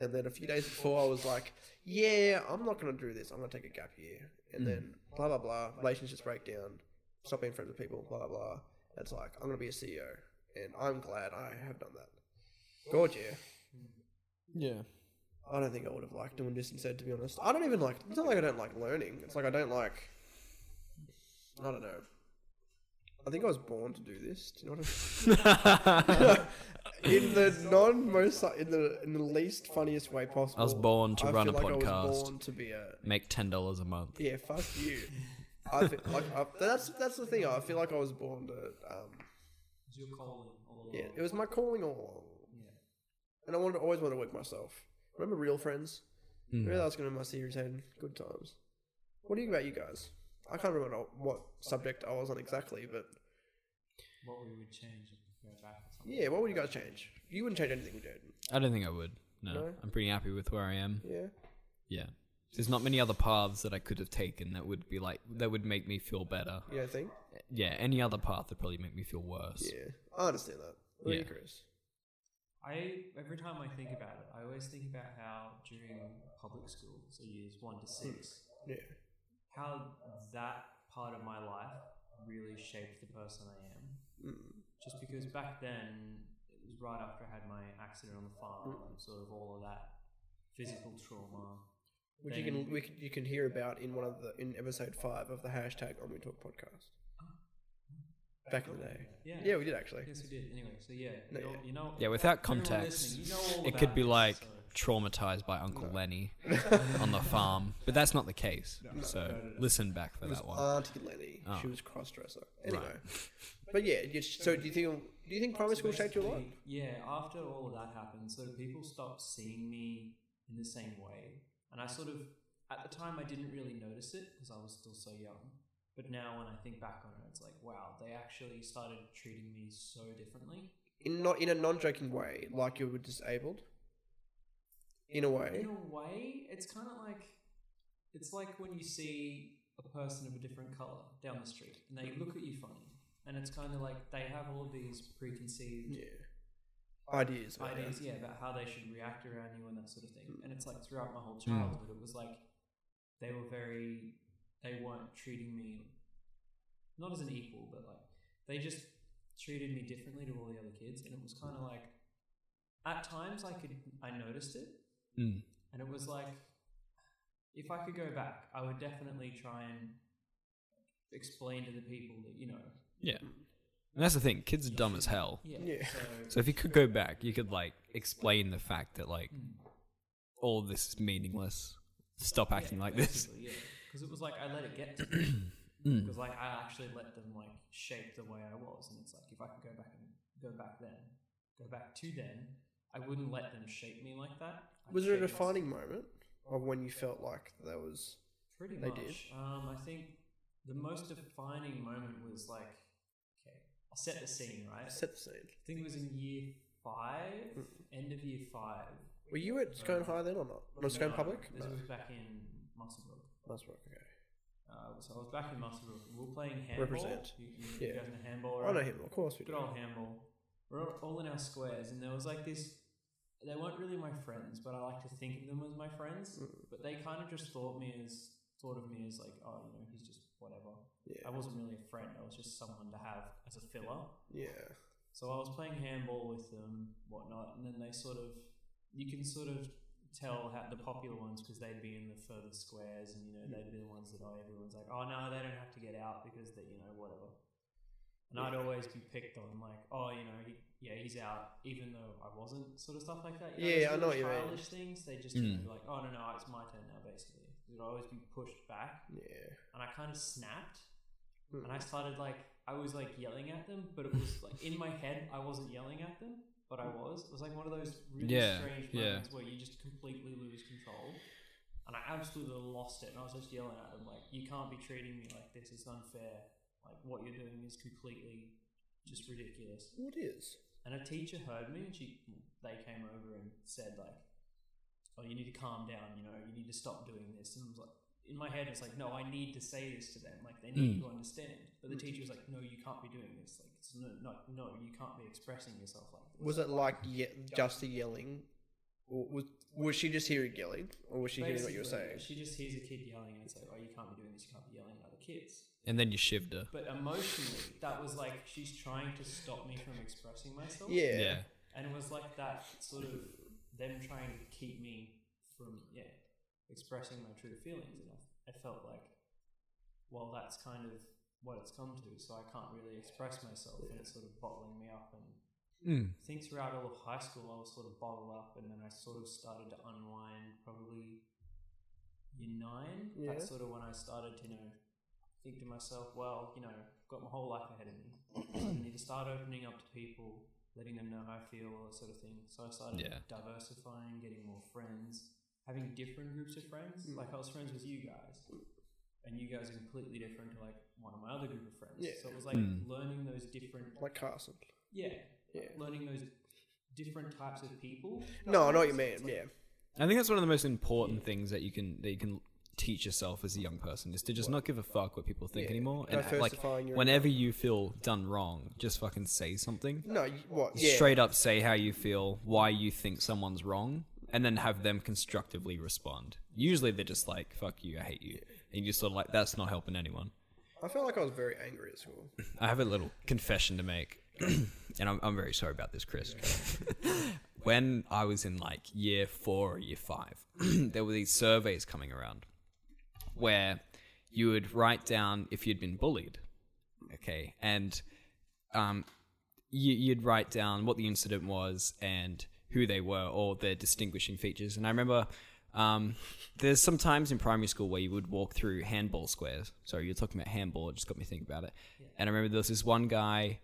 Speaker 2: And then a few days before, I was like, yeah, I'm not going to do this. I'm going to take a gap year. And then blah, blah, blah. Relationships break down. Stop being friends with people. Blah, blah, blah. It's like, I'm going to be a CEO. And I'm glad I have done that. God, yeah.
Speaker 4: Yeah.
Speaker 2: I don't think I would have liked doing distance ed, to be honest. I don't even like, it's not like I don't like learning. It's like I don't like, I don't know. I think I was born to do this. Do you know what I mean? in the non most in the in the least funniest way possible.
Speaker 4: I was born to
Speaker 2: I
Speaker 4: run
Speaker 2: feel
Speaker 4: a
Speaker 2: like I was
Speaker 4: podcast.
Speaker 2: born to be a
Speaker 4: Make ten dollars a month.
Speaker 2: yeah. Fuck you. I feel, like I, that's that's the thing. I feel like I was born to. Um,
Speaker 3: it's your calling all along.
Speaker 2: yeah, it was my calling all along,
Speaker 3: Yeah.
Speaker 2: and I wanted always wanted to work myself. Remember Real Friends? Remember that was going to be my series head. Good times. What do you about you guys? I can't remember what- what subject I was on exactly, but
Speaker 3: What we would change if we go back. or something.
Speaker 2: yeah, what would you guys change? You wouldn't change anything, Jaden.
Speaker 4: I don't think I would. No,
Speaker 2: No?
Speaker 4: I'm pretty happy with where I am.
Speaker 2: Yeah.
Speaker 4: Yeah. There's not many other paths that I could have taken that would be like that would make me feel better.
Speaker 2: You don't think?
Speaker 4: Yeah, any other path would probably make me feel worse.
Speaker 2: Yeah. I understand that. What about you,
Speaker 4: Yeah.
Speaker 2: Chris?
Speaker 3: I every time I think about it, I always think about how during public school, so years one to six,
Speaker 2: Yeah.
Speaker 3: how that part of my life really shaped the person I am.
Speaker 2: Mm.
Speaker 3: Just because back then it was right after I had my accident on the farm,
Speaker 2: Mm.
Speaker 3: and sort of all of that physical trauma.
Speaker 2: Which you
Speaker 3: Then-
Speaker 2: can we can, you can hear about in one of the in episode five of the hashtag On We Talk podcast. Back in the day.
Speaker 3: Oh. Yeah.
Speaker 2: Yeah, we did actually.
Speaker 3: Yes, we did. Anyway, so yeah,
Speaker 2: No,
Speaker 3: you know,
Speaker 2: yeah.
Speaker 3: you know
Speaker 4: Yeah, without
Speaker 3: everyone
Speaker 4: context,
Speaker 3: listening, you know all
Speaker 4: it
Speaker 3: about
Speaker 4: could be
Speaker 3: this,
Speaker 4: like
Speaker 3: so-
Speaker 4: traumatized by Uncle Lenny on the farm, but that's not the case. so listen back for that one.
Speaker 2: Auntie Uh, Lenny.
Speaker 3: Oh.
Speaker 2: She was cross dresser. Anyway. But yeah, you, so do you think do you think primary school shaped you a lot?
Speaker 3: Basically, Yeah, after all of that happened, so people stopped seeing me in the same way. And I sort of, at the time, I didn't really notice it because I was still so young. But now when I think back on it, it's like, wow, they actually started treating me so differently.
Speaker 2: In not in a non joking way, like you were disabled? In a way.
Speaker 3: In a way, it's kind of like, it's like when you see a person of a different color down the street and they look at you funny. And it's kind of like they have all of these preconceived
Speaker 2: Yeah. Ideas. about
Speaker 3: ideas,
Speaker 2: that.
Speaker 3: yeah, about how they should react around you and that sort of thing. And it's like throughout my whole childhood, it was like they were very, they weren't treating me not as an equal, but like they just treated me differently to all the other kids. And it was kind of like at times I could, I noticed it,
Speaker 4: Mm.
Speaker 3: and it was like if I could go back, I would definitely try and explain to the people that you know,
Speaker 4: Yeah. And that's the thing, kids are dumb as hell.
Speaker 3: yeah,
Speaker 2: Yeah.
Speaker 3: so-
Speaker 4: So if you could go back, you could like explain the fact that like all of this is meaningless. Stop acting like this.
Speaker 3: Because it was like I let it get to me. Because like I actually let them like shape the way I was, and it's like if I could go back and go back then, go back to then, I wouldn't let them shape me like that. I'd
Speaker 2: Was there a
Speaker 3: shape myself
Speaker 2: defining moment of when you felt like there was
Speaker 3: Pretty
Speaker 2: They
Speaker 3: much.
Speaker 2: did.
Speaker 3: Um, I think the most defining moment was like, okay, I'll set the scene, right?
Speaker 2: set Mm. the scene?
Speaker 3: I think it was in year five, end of year five.
Speaker 2: Were you at Scone High then or not? Not Scone
Speaker 3: No,
Speaker 2: Public?
Speaker 3: This
Speaker 2: No.
Speaker 3: was back in Musselburgh.
Speaker 2: That's right, okay.
Speaker 3: Uh, so I was back in Musselburgh. We were playing handball.
Speaker 2: Represent.
Speaker 3: You, you,
Speaker 2: Yeah.
Speaker 3: you guys know handball,
Speaker 2: I
Speaker 3: right?
Speaker 2: know him, of course we
Speaker 3: Good
Speaker 2: do.
Speaker 3: old handball. We're all- all in our squares, and there was like this. They weren't really my friends, but I like to think of them as my friends.
Speaker 2: Mm.
Speaker 3: But they kind of just thought me as thought of me as like, oh, you know, he's just whatever.
Speaker 2: Yeah.
Speaker 3: I wasn't really a friend. I was just someone to have as a filler.
Speaker 2: Yeah.
Speaker 3: So I was playing handball with them, whatnot, and then they sort of, you can sort of tell how the popular ones because they'd be in the further squares, and you know they'd be the ones that oh everyone's like oh no they don't have to get out because they you know whatever, and I'd always be picked on like oh you know he, yeah he's out even though I wasn't sort of stuff like that. You
Speaker 2: Yeah,
Speaker 3: those
Speaker 2: I know
Speaker 3: little
Speaker 2: what you mean. Hmm.
Speaker 3: childish things they just
Speaker 4: Mm.
Speaker 3: be like oh no no it's my turn now basically. It'd always be pushed back,
Speaker 2: Yeah.
Speaker 3: and I kind of snapped
Speaker 2: Hmm.
Speaker 3: and I started like I was like yelling at them, but it was like in my head I wasn't yelling at them, but I was. It was like one of those really
Speaker 4: Yeah,
Speaker 3: strange
Speaker 4: yeah.
Speaker 3: moments where you just completely lose control. And I absolutely lost it, and I was just yelling at them like, "You can't be treating me like this. It's unfair. Like what you're doing is completely just ridiculous."
Speaker 2: What is?
Speaker 3: And a teacher heard me, and she they came over and said like, "Oh, you need to calm down. You know, you need to stop doing this." And I was like, in my head, it's like, "No, I need to say this to them. Like, they need
Speaker 2: Hmm.
Speaker 4: Mm.
Speaker 3: to understand." But the teacher was like, "No, you can't be doing this. Like, it's no, no, no, you can't be expressing yourself like this."
Speaker 2: Was it like ye- just the yelling? Or was, was she just hearing yelling? Or was she hearing what you were
Speaker 3: Basically,
Speaker 2: saying?
Speaker 3: She just hears a kid yelling, and it's like, "Oh, you can't be doing this. You can't be yelling at other kids."
Speaker 4: And then you shivved her.
Speaker 3: But emotionally, that was like she's trying to stop me from expressing myself.
Speaker 2: Yeah.
Speaker 4: yeah.
Speaker 3: and it was like that sort of them trying to keep me from yeah expressing my true feelings and I, I felt like well that's kind of what it's come to so I can't really express myself and it's sort of bottling me up and
Speaker 4: Mm.
Speaker 3: I think throughout all of high school I was sort of bottled up and then I sort of started to unwind probably year nine
Speaker 2: Yeah.
Speaker 3: that's sort of when I started to you know think to myself well you know I've got my whole life ahead of me I need to start opening up to people letting them know how I feel all that sort of thing so I started
Speaker 4: Yeah.
Speaker 3: diversifying getting more friends having different groups of friends like I was friends with you guys and you guys are completely different to like one of my other group of friends
Speaker 2: Yeah.
Speaker 3: so it was like
Speaker 4: Mm.
Speaker 3: learning those different
Speaker 2: Like Carson.
Speaker 3: yeah.
Speaker 2: Yeah.
Speaker 3: Learning those different types of people.
Speaker 2: No, I know what you mean. Yeah.
Speaker 4: I think that's one of the most important things that you can that you can teach yourself as a young person is to just not give a fuck what people think
Speaker 2: Yeah.
Speaker 4: anymore.
Speaker 2: No
Speaker 4: And act like
Speaker 2: falsifying your
Speaker 4: whenever you feel done wrong, just fucking say something.
Speaker 2: No, you- what? Yeah.
Speaker 4: Straight up say how you feel, why you think someone's wrong, and then have them constructively respond. Usually they're just like, "Fuck you, I hate you," and you just sort of like, "That's not helping anyone."
Speaker 2: I felt like I was very angry at school.
Speaker 4: I have a little confession to make, and I'm, I'm very sorry about this, Chris. when I was in like year four or year five, there were these surveys coming around where you would write down if you'd been bullied, okay, and um, you, you'd write down what the incident was and who they were or their distinguishing features. And I remember um, there's some times in primary school where you would walk through handball squares. Sorry, you're talking about handball. It just got me thinking about it. And I remember there was this one guy,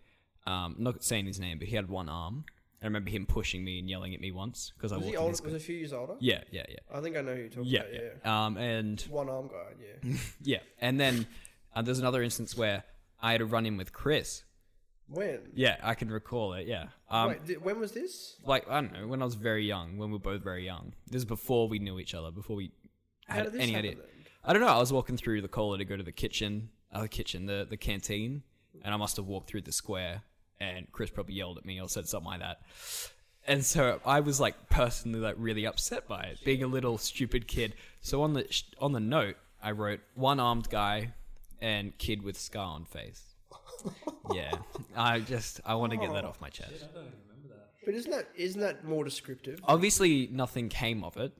Speaker 4: um, I'm not saying his name, but he had one arm. I remember him pushing me and yelling at me once because I
Speaker 2: Was
Speaker 4: walked
Speaker 2: he
Speaker 4: in
Speaker 2: older?
Speaker 4: his
Speaker 2: Was a few years older?
Speaker 4: Yeah, yeah, yeah.
Speaker 2: I think I know who you're talking
Speaker 4: Yeah,
Speaker 2: about. Yeah.
Speaker 4: yeah. Um, and
Speaker 2: One arm guy. Yeah.
Speaker 4: yeah, and then uh, there's another instance where I had a run in with Chris.
Speaker 2: when?
Speaker 4: Yeah, I can recall it. Yeah, um,
Speaker 2: Wait, th- when was this?
Speaker 4: like I don't know when I was very young, when we were both very young. This is before we knew each other, before we
Speaker 2: How
Speaker 4: had
Speaker 2: did this
Speaker 4: any
Speaker 2: happen
Speaker 4: idea.
Speaker 2: then?
Speaker 4: I don't know. I was walking through the cola to go to the kitchen, uh, the kitchen, the the canteen, and I must have walked through the square, and Chris probably yelled at me or said something like that. And so I was like personally like really upset by it, being a little stupid kid. So on the sh- on the note, I wrote one armed guy and kid with scar on face. yeah, I just I want to get that off my chest.
Speaker 2: But isn't that isn't that more descriptive?
Speaker 4: Obviously, nothing came of it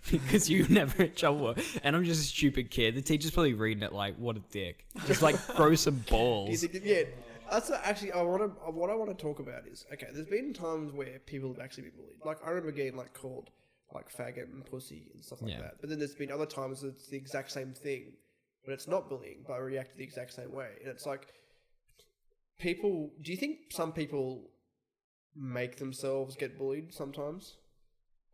Speaker 4: because you never in trouble. And I'm just a stupid kid. The teacher's probably reading it like, "What a dick!" Just like throw some
Speaker 2: Do you
Speaker 4: balls.
Speaker 2: think that- yeah. That's a- actually I want to what I want to talk about is okay. There's been times where people have actually been bullied. Like I remember getting like called like faggot and pussy and stuff like
Speaker 4: Yeah.
Speaker 2: that. But then there's been other times that it's the exact same thing, but it's not bullying, but I react the exact same way. And it's like people. Do you think some people make themselves get bullied sometimes?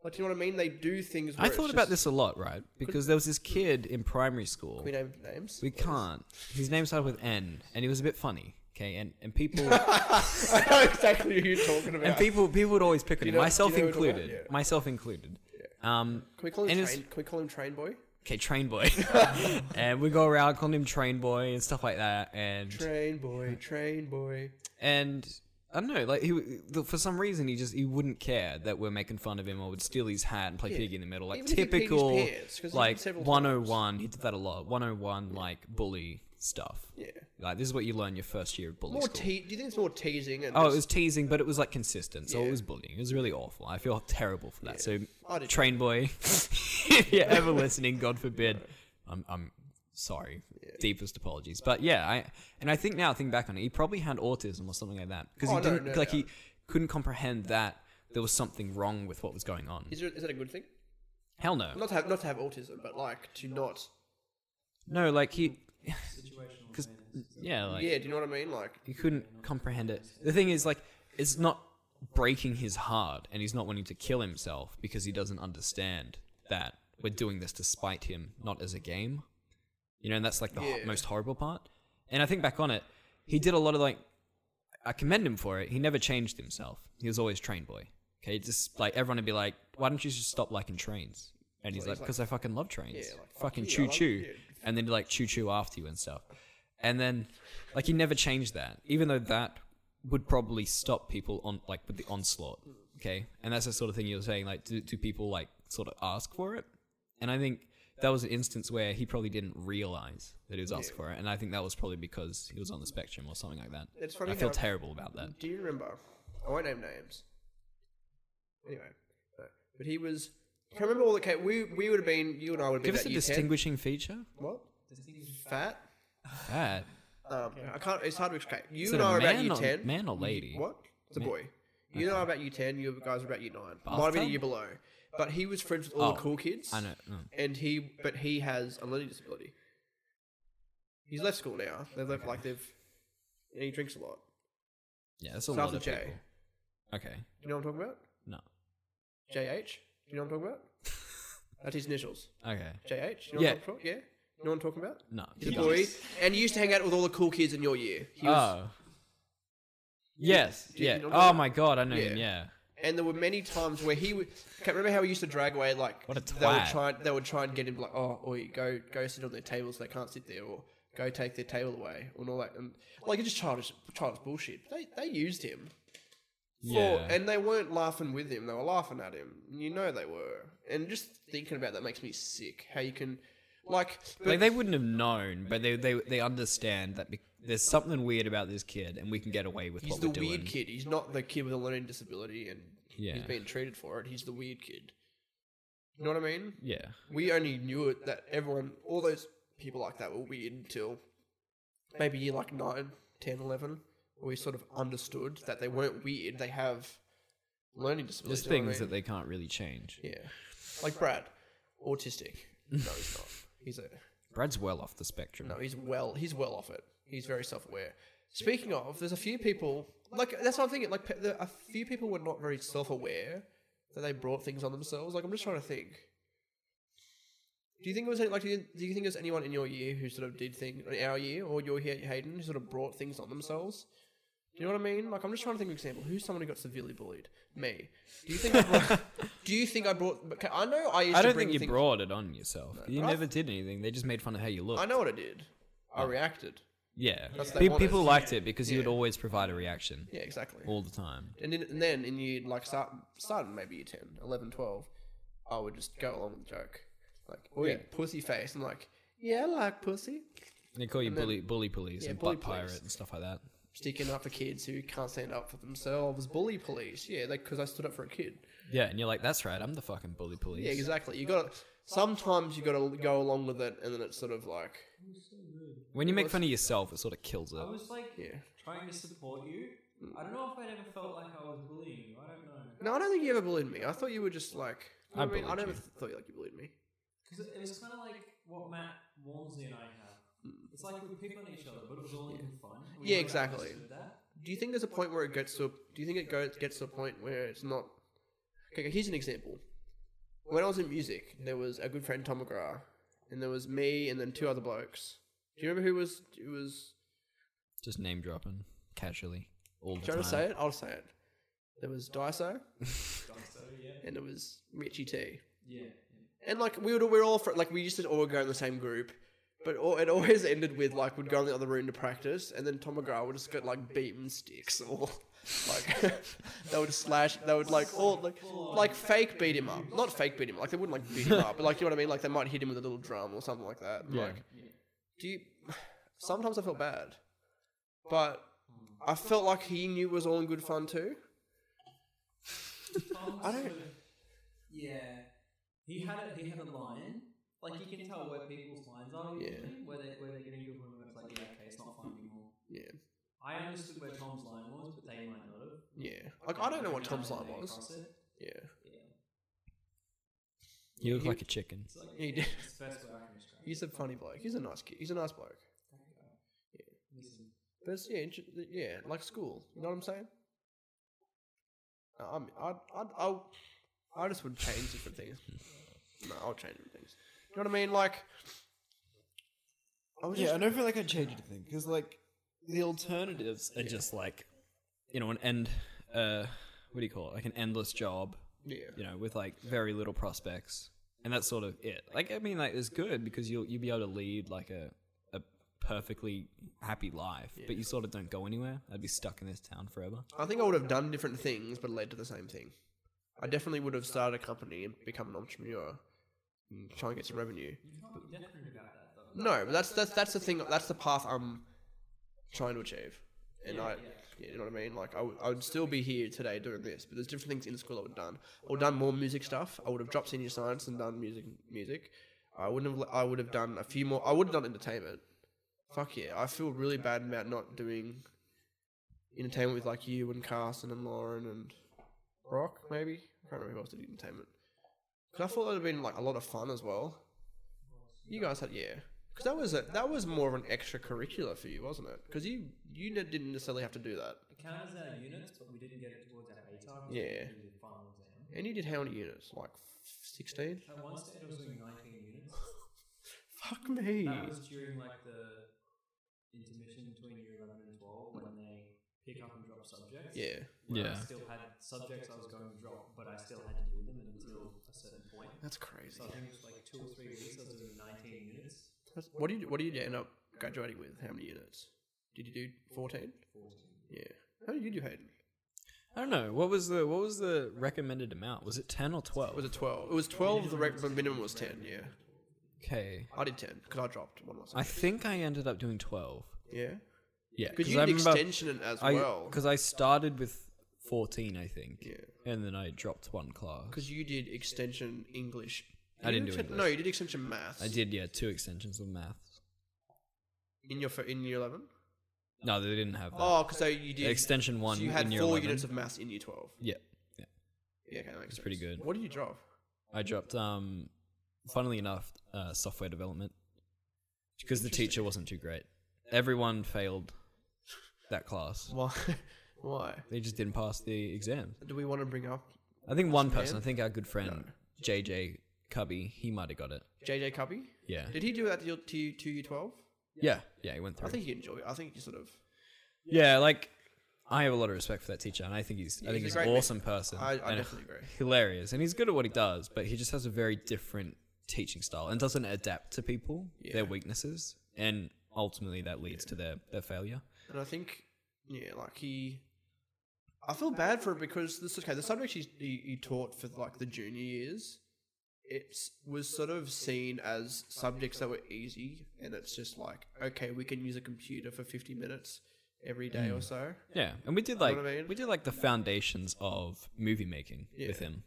Speaker 2: Like, do you know what I mean? They do things. Where
Speaker 4: I
Speaker 2: it's
Speaker 4: thought about
Speaker 2: just-
Speaker 4: this a lot, right? Because there was this kid in primary school.
Speaker 2: Can we name names?
Speaker 4: We can't. His name started with N, and he was a bit funny. Okay, and and people
Speaker 2: I know exactly who you're talking about.
Speaker 4: and people people would always pick on
Speaker 2: you
Speaker 4: him,
Speaker 2: know-
Speaker 4: myself
Speaker 2: do you know what I'm
Speaker 4: included.
Speaker 2: about? Yeah.
Speaker 4: Myself included. Um,
Speaker 2: Can we call him
Speaker 4: and
Speaker 2: train?
Speaker 4: it's-
Speaker 2: Can we call him Train Boy?
Speaker 4: okay, train boy, and we go around calling him train boy and stuff like that, and.
Speaker 2: Train Boy, Train Boy.
Speaker 4: and I don't know, like he w- for some reason he just he wouldn't care that we're making fun of him or would steal his hat and play
Speaker 2: Yeah.
Speaker 4: pig in the middle, like
Speaker 2: Even if he peed his
Speaker 4: typical
Speaker 2: pants, 'cause he
Speaker 4: like
Speaker 2: did several
Speaker 4: 101. He did that a lot. 101 like bully stuff.
Speaker 2: Yeah.
Speaker 4: Like this is what you learn your first year of bully
Speaker 2: More
Speaker 4: school.
Speaker 2: te- Do you think it's more teasing? And
Speaker 4: Oh, it
Speaker 2: just-
Speaker 4: was teasing, but it was like consistent. So
Speaker 2: Yeah.
Speaker 4: it was bullying. It was really awful. I feel terrible for that.
Speaker 2: I
Speaker 4: So,
Speaker 2: did
Speaker 4: train boy, if you're ever listening, God forbid, I'm, I'm sorry. Deepest apologies. But yeah, I and I think now, think back on it, he probably had autism or something like that because
Speaker 2: Oh,
Speaker 4: he
Speaker 2: no,
Speaker 4: didn't
Speaker 2: no,
Speaker 4: like
Speaker 2: no.
Speaker 4: he couldn't comprehend that there was something wrong with what was going on.
Speaker 2: is, there, is that a good thing?
Speaker 4: Hell no,
Speaker 2: Not to have not to have autism, but like to not.
Speaker 4: no, like he,
Speaker 3: Situational
Speaker 4: because
Speaker 3: awareness.
Speaker 4: yeah, like
Speaker 2: yeah, do you know what I mean? Like,
Speaker 4: he couldn't comprehend it. The thing is, like, it's not breaking his heart, and he's not wanting to kill himself because he doesn't understand that we're doing this to spite him, not as a game. You know, and that's like the ho-
Speaker 2: Yeah.
Speaker 4: most horrible part. And I think back on it, he did a lot of like, I commend him for it. He never changed himself. He was always train boy. Okay, just like everyone would be like, why don't you just stop liking trains? And he's
Speaker 2: Well,
Speaker 4: like,
Speaker 2: he's like-
Speaker 4: because I fucking love trains.
Speaker 2: Yeah, like, fuck
Speaker 4: fucking
Speaker 2: you, I
Speaker 4: choo
Speaker 2: like-
Speaker 4: choo.
Speaker 2: yeah.
Speaker 4: And then like choo choo after you and stuff. And then like he never changed that, even though that would probably stop people on like with the onslaught. Okay, and that's the sort of thing you're saying. Like, do, do people like sort of ask for it? And I think that was an instance where he probably didn't realize that he was asking for it, and I think that was probably because he was on the spectrum or something like that.
Speaker 2: It's funny
Speaker 4: I feel
Speaker 2: how-
Speaker 4: terrible about that.
Speaker 2: do you remember? I won't name names. Anyway, no. but he was. I remember all the came. We we would have been. You and I would have been.
Speaker 4: Give us
Speaker 2: about
Speaker 4: a
Speaker 2: year 10.
Speaker 4: distinguishing feature.
Speaker 2: What?
Speaker 3: Distinguished
Speaker 2: Fat.
Speaker 4: That
Speaker 2: Um, I can't. It's hard to explain. You
Speaker 4: Is it
Speaker 2: and
Speaker 4: a
Speaker 2: I are about
Speaker 4: man
Speaker 2: year
Speaker 4: or-
Speaker 2: ten.
Speaker 4: man or
Speaker 2: You-
Speaker 4: lady?
Speaker 2: What? It's a boy. You and I are about year ten. You guys are about year nine. Might have been a
Speaker 4: Bathtub?
Speaker 2: year below. But he was friends with all
Speaker 4: Oh,
Speaker 2: the cool kids.
Speaker 4: I know. mm.
Speaker 2: And he, but he has a learning disability. He's left school now. They've left like they've. And he drinks a lot.
Speaker 4: Yeah, that's a
Speaker 2: Starts
Speaker 4: lot of
Speaker 2: with J.
Speaker 4: people. Okay,
Speaker 2: Do you know what I'm talking about?
Speaker 4: no.
Speaker 2: JH. Do you know what I'm talking about? That's his initials.
Speaker 4: Okay,
Speaker 2: JH. You know
Speaker 4: Yeah.
Speaker 2: What I'm talking about? Yeah. You know what I'm talking about?
Speaker 4: no.
Speaker 2: He's
Speaker 4: keep
Speaker 2: a
Speaker 4: going.
Speaker 2: boy, and he used to hang out with all the cool kids in your year. He was,
Speaker 4: oh. Yes.
Speaker 2: Do you
Speaker 4: Yeah.
Speaker 2: know
Speaker 4: Oh
Speaker 2: that?
Speaker 4: my god, I know him.
Speaker 2: Yeah.
Speaker 4: Yeah.
Speaker 2: And there were many times where he would. Can't remember how he used to drag away like
Speaker 4: What a
Speaker 2: they would
Speaker 4: twat.
Speaker 2: try. and- They would try and get him like, oh, oi, go go sit on their tables. They can't sit there, or go take their table away, and all that. And like it's just childish, childish bullshit. They they used him. for-
Speaker 4: Yeah.
Speaker 2: and they weren't laughing with him. They were laughing at him. You know they were. And just thinking about that makes me sick. How you can, like,
Speaker 4: like they wouldn't have known, but they they, they understand that bec- there's something weird about this kid, and we can get away with
Speaker 2: He's
Speaker 4: what
Speaker 2: the
Speaker 4: we're doing.
Speaker 2: weird kid. He's not the kid with a learning disability, and he's
Speaker 4: Yeah.
Speaker 2: being treated for it. He's the weird kid. You know what I mean?
Speaker 4: Yeah,
Speaker 2: We only knew it that everyone, all those people like that were weird until maybe year like 9, 10, 11, where we sort of understood that they weren't weird. They have learning disabilities.
Speaker 4: there's things that they can't really change.
Speaker 2: they. Yeah. Like Brad, autistic. No, he's not. He's a.
Speaker 4: Brad's well off the spectrum.
Speaker 2: No, he's well. He's well off it. He's very self-aware. Speaking of, there's a few people like that's what I'm thinking. Like pe- there, a few people were not very self-aware that they brought things on themselves. Like I'm just trying to think. Do you think it was any, like do you, do you think there's anyone in your year who sort of did things in our year or your year Hayden who sort of brought things on themselves? Do you know what I mean? Like I'm just trying to think of an example. Who's someone who got severely bullied? Me. Do you think I brought? do you think I brought? okay, I know I used
Speaker 4: I
Speaker 2: to
Speaker 4: don't
Speaker 2: bring
Speaker 4: think you
Speaker 2: things-
Speaker 4: brought it on yourself. you
Speaker 2: but I-
Speaker 4: never did anything. They just made fun of how you looked.
Speaker 2: I know what I did.
Speaker 4: Oh.
Speaker 2: I reacted.
Speaker 4: Yeah,
Speaker 2: That's
Speaker 4: Pe-
Speaker 2: they
Speaker 4: people
Speaker 2: wanted.
Speaker 4: liked it because you would
Speaker 2: Yeah.
Speaker 4: always provide a reaction
Speaker 2: Yeah, exactly.
Speaker 4: all the time.
Speaker 2: And then, and then in year, like, start, starting maybe year 10, 11, 12, I would just go along with the joke. Like, oh, yeah, pussy face. I'm like, yeah, I like pussy.
Speaker 4: And they call you
Speaker 2: then-
Speaker 4: bully, bully police
Speaker 2: Yeah,
Speaker 4: and
Speaker 2: bully
Speaker 4: butt
Speaker 2: police.
Speaker 4: pirate and stuff like that.
Speaker 2: Sticking up for kids who can't stand up for themselves. Bully police. Yeah, because I stood up for a kid.
Speaker 4: Yeah, and you're like, that's right, I'm the fucking bully police.
Speaker 2: Yeah, exactly. You got to, sometimes you got to go along with it, and then it's sort of like,
Speaker 4: When you make fun of yourself, it sort of kills
Speaker 3: I
Speaker 4: it.
Speaker 3: was like
Speaker 2: yeah. Mm.
Speaker 3: trying to support you. I don't know if I ever felt like I was bullying you. I don't know.
Speaker 2: No, I don't think you ever bullied me. I thought you were just like,
Speaker 4: I
Speaker 2: I, mean, I
Speaker 4: bullied
Speaker 2: never
Speaker 4: you.
Speaker 2: thought you like you bullied me.
Speaker 3: Because it was kind of like what Matt Walmsley and I have. It's like we pick on each other, but it was all in fun. We
Speaker 2: Mm. Yeah,
Speaker 3: both
Speaker 2: exactly.
Speaker 3: understood That.
Speaker 2: Do you think there's a point where it gets to? Do you think it goes gets to a point where it's not? Okay, okay, here's an example. When I was in music, there was a good friend Tom McGrath, and there was me, and then two other blokes. Do you remember who was? It was.
Speaker 4: Just name dropping casually all the
Speaker 2: Do you
Speaker 4: time.
Speaker 2: want to say it? I'll say it. There was Daiso,
Speaker 3: So yeah,
Speaker 2: and there was Richie T.
Speaker 3: yeah.
Speaker 2: And like we would, we were all fr- like we used to all go in the same group, but all, it always ended with like we'd go in the other room to practice, and then Tom McGraw would just get like beaten sticks or like they would slash, they would like all like like fake beat him up, not fake beat him, like they wouldn't like beat him up, but like you know what I mean, like they might hit him with a little drum or something like that.
Speaker 4: Yeah.
Speaker 2: Like, do you? Sometimes I felt bad, but I felt like he knew it was all in good fun too.
Speaker 3: Tom's
Speaker 2: I don't-
Speaker 3: sort of- yeah, he had a, he had a line. Like you can tell where people's lines are
Speaker 2: Yeah.
Speaker 3: usually, where they where they're gonna go from. It's like yeah, okay, it's not fun anymore.
Speaker 2: Yeah,
Speaker 3: I understood where Tom's line was, but they might not have.
Speaker 2: yeah. Like I don't know what
Speaker 3: Now
Speaker 2: Tom's
Speaker 3: they
Speaker 2: line was.
Speaker 3: cross it.
Speaker 2: Yeah,
Speaker 4: You look like a chicken.
Speaker 3: It's like
Speaker 2: he did.
Speaker 3: it's the best way I can describe it.
Speaker 2: He's a funny bloke. He's a nice kid. He's a nice bloke.
Speaker 3: Listen,
Speaker 2: But it's, yeah, inter- yeah, like school. You know what I'm saying? I- I'm, I, I, I, I just would change different things. No, I'll change different things. You know what I mean? Like, I was just,
Speaker 4: don't feel like I change anything because like the alternatives are just like you know an end. Uh, what do you call it? Like an endless job.
Speaker 2: yeah,
Speaker 4: you know, with like very little prospects, and that's sort of it. Like, I mean, like it's good because you'll you'll be able to lead like a a perfectly happy life, but you sort of don't go anywhere. I'd be stuck in this town forever.
Speaker 2: I think I would have done different things, but led to the same thing. I definitely would have started a company and become an entrepreneur, and try and get some revenue.
Speaker 3: you can't be definite about that though.
Speaker 2: No, but that's that's that's the thing. That's the path I'm trying to achieve, and I, you know what I mean. Like I would- I would still be here today doing this, but there's different things in school I would have done. I would have done more music stuff. I would have dropped senior science and done music. Music. I wouldn't have. I would have done a few more. I would have done entertainment. Fuck yeah! I feel really bad about not doing entertainment with like you and Carson and Lauren and Brock. Maybe I can't remember who else did entertainment. Cause I thought that'd have been like a lot of fun as well. You guys had yeah, because that was a, that was more of an extracurricular for you, wasn't it? Because you you ne- didn't necessarily have to do that,
Speaker 3: It counted as our units, but we didn't get it towards our A time.
Speaker 2: Yeah.
Speaker 3: We did final exam.
Speaker 2: and you did how many units? Like sixteen?
Speaker 3: At one stage, I was doing 19 units.
Speaker 2: Fuck me.
Speaker 3: That was during like the intermission between year 11 and 12 when they pick up and drop subjects.
Speaker 2: Yeah.
Speaker 3: where
Speaker 4: Yeah.
Speaker 3: I still had subjects I was going to drop, but I still had to do them until a certain point.
Speaker 2: That's crazy.
Speaker 3: So I think it was like two or three weeks. I was doing 19 units.
Speaker 2: That's, what did you, what did you end up graduating with? How many units? Did you do fourteen? Yeah. How did you do, Hayden?
Speaker 4: I don't know. What was the what was the recommended amount? Was it ten or twelve?
Speaker 2: Was it twelve? It was twelve. The rec- the minimum was ten. Yeah.
Speaker 4: okay.
Speaker 2: I did ten because I dropped one last.
Speaker 4: I think I ended up doing twelve.
Speaker 2: yeah.
Speaker 4: Yeah,
Speaker 2: Because you
Speaker 4: I
Speaker 2: did
Speaker 4: remember
Speaker 2: extension it as well.
Speaker 4: because I started with fourteen, I think.
Speaker 2: Yeah.
Speaker 4: and then I dropped one class.
Speaker 2: Because you did extension English.
Speaker 4: I
Speaker 2: You
Speaker 4: didn't do
Speaker 2: exten-
Speaker 4: English.
Speaker 2: No, you did extension maths.
Speaker 4: I did, yeah, two extensions of maths.
Speaker 2: in your fir- in year eleven.
Speaker 4: No, they didn't have that.
Speaker 2: Oh, because so you did
Speaker 4: Extension one
Speaker 2: So you had
Speaker 4: in year
Speaker 2: four
Speaker 4: 11.
Speaker 2: units of maths in year twelve.
Speaker 4: yeah, yeah.
Speaker 2: Yeah, okay, that makes
Speaker 4: It's pretty
Speaker 2: sense.
Speaker 4: good.
Speaker 2: What did you drop?
Speaker 4: I dropped. Um, funnily enough, uh, software development because the teacher wasn't too great. Everyone failed that class.
Speaker 2: Why? Why?
Speaker 4: They just didn't pass the exam.
Speaker 2: Do we want to bring up
Speaker 4: I think one person, I think our good friend JJ Cubby, he might have got it.
Speaker 2: JJ Cubby?
Speaker 4: Yeah.
Speaker 2: Did he do that to your- to you- to year twelve?
Speaker 4: Yeah, yeah, he went through.
Speaker 2: I think he enjoyed. it. I think he sort of.
Speaker 4: yeah, like I have a lot of respect for that teacher, and I think he's, I
Speaker 2: he's
Speaker 4: think
Speaker 2: a
Speaker 4: he's
Speaker 2: great
Speaker 4: an
Speaker 2: man.
Speaker 4: awesome person.
Speaker 2: I, I
Speaker 4: and
Speaker 2: definitely agree.
Speaker 4: hilarious, and he's good at what he does, but he just has a very different teaching style and doesn't adapt to people,
Speaker 2: Yeah.
Speaker 4: their weaknesses, and ultimately that leads to their their failure.
Speaker 2: And I think, yeah, like he, I feel bad for him because this okay. The subject he, he, he taught for like the junior years, it was sort of seen as subjects that were easy, and it's just like okay, we can use a computer for fifty minutes every day
Speaker 4: Mm.
Speaker 2: or so.
Speaker 4: Yeah, and we did
Speaker 2: know
Speaker 4: like
Speaker 2: what I mean?
Speaker 4: we did like the foundations of movie making with
Speaker 2: Yeah.
Speaker 4: him,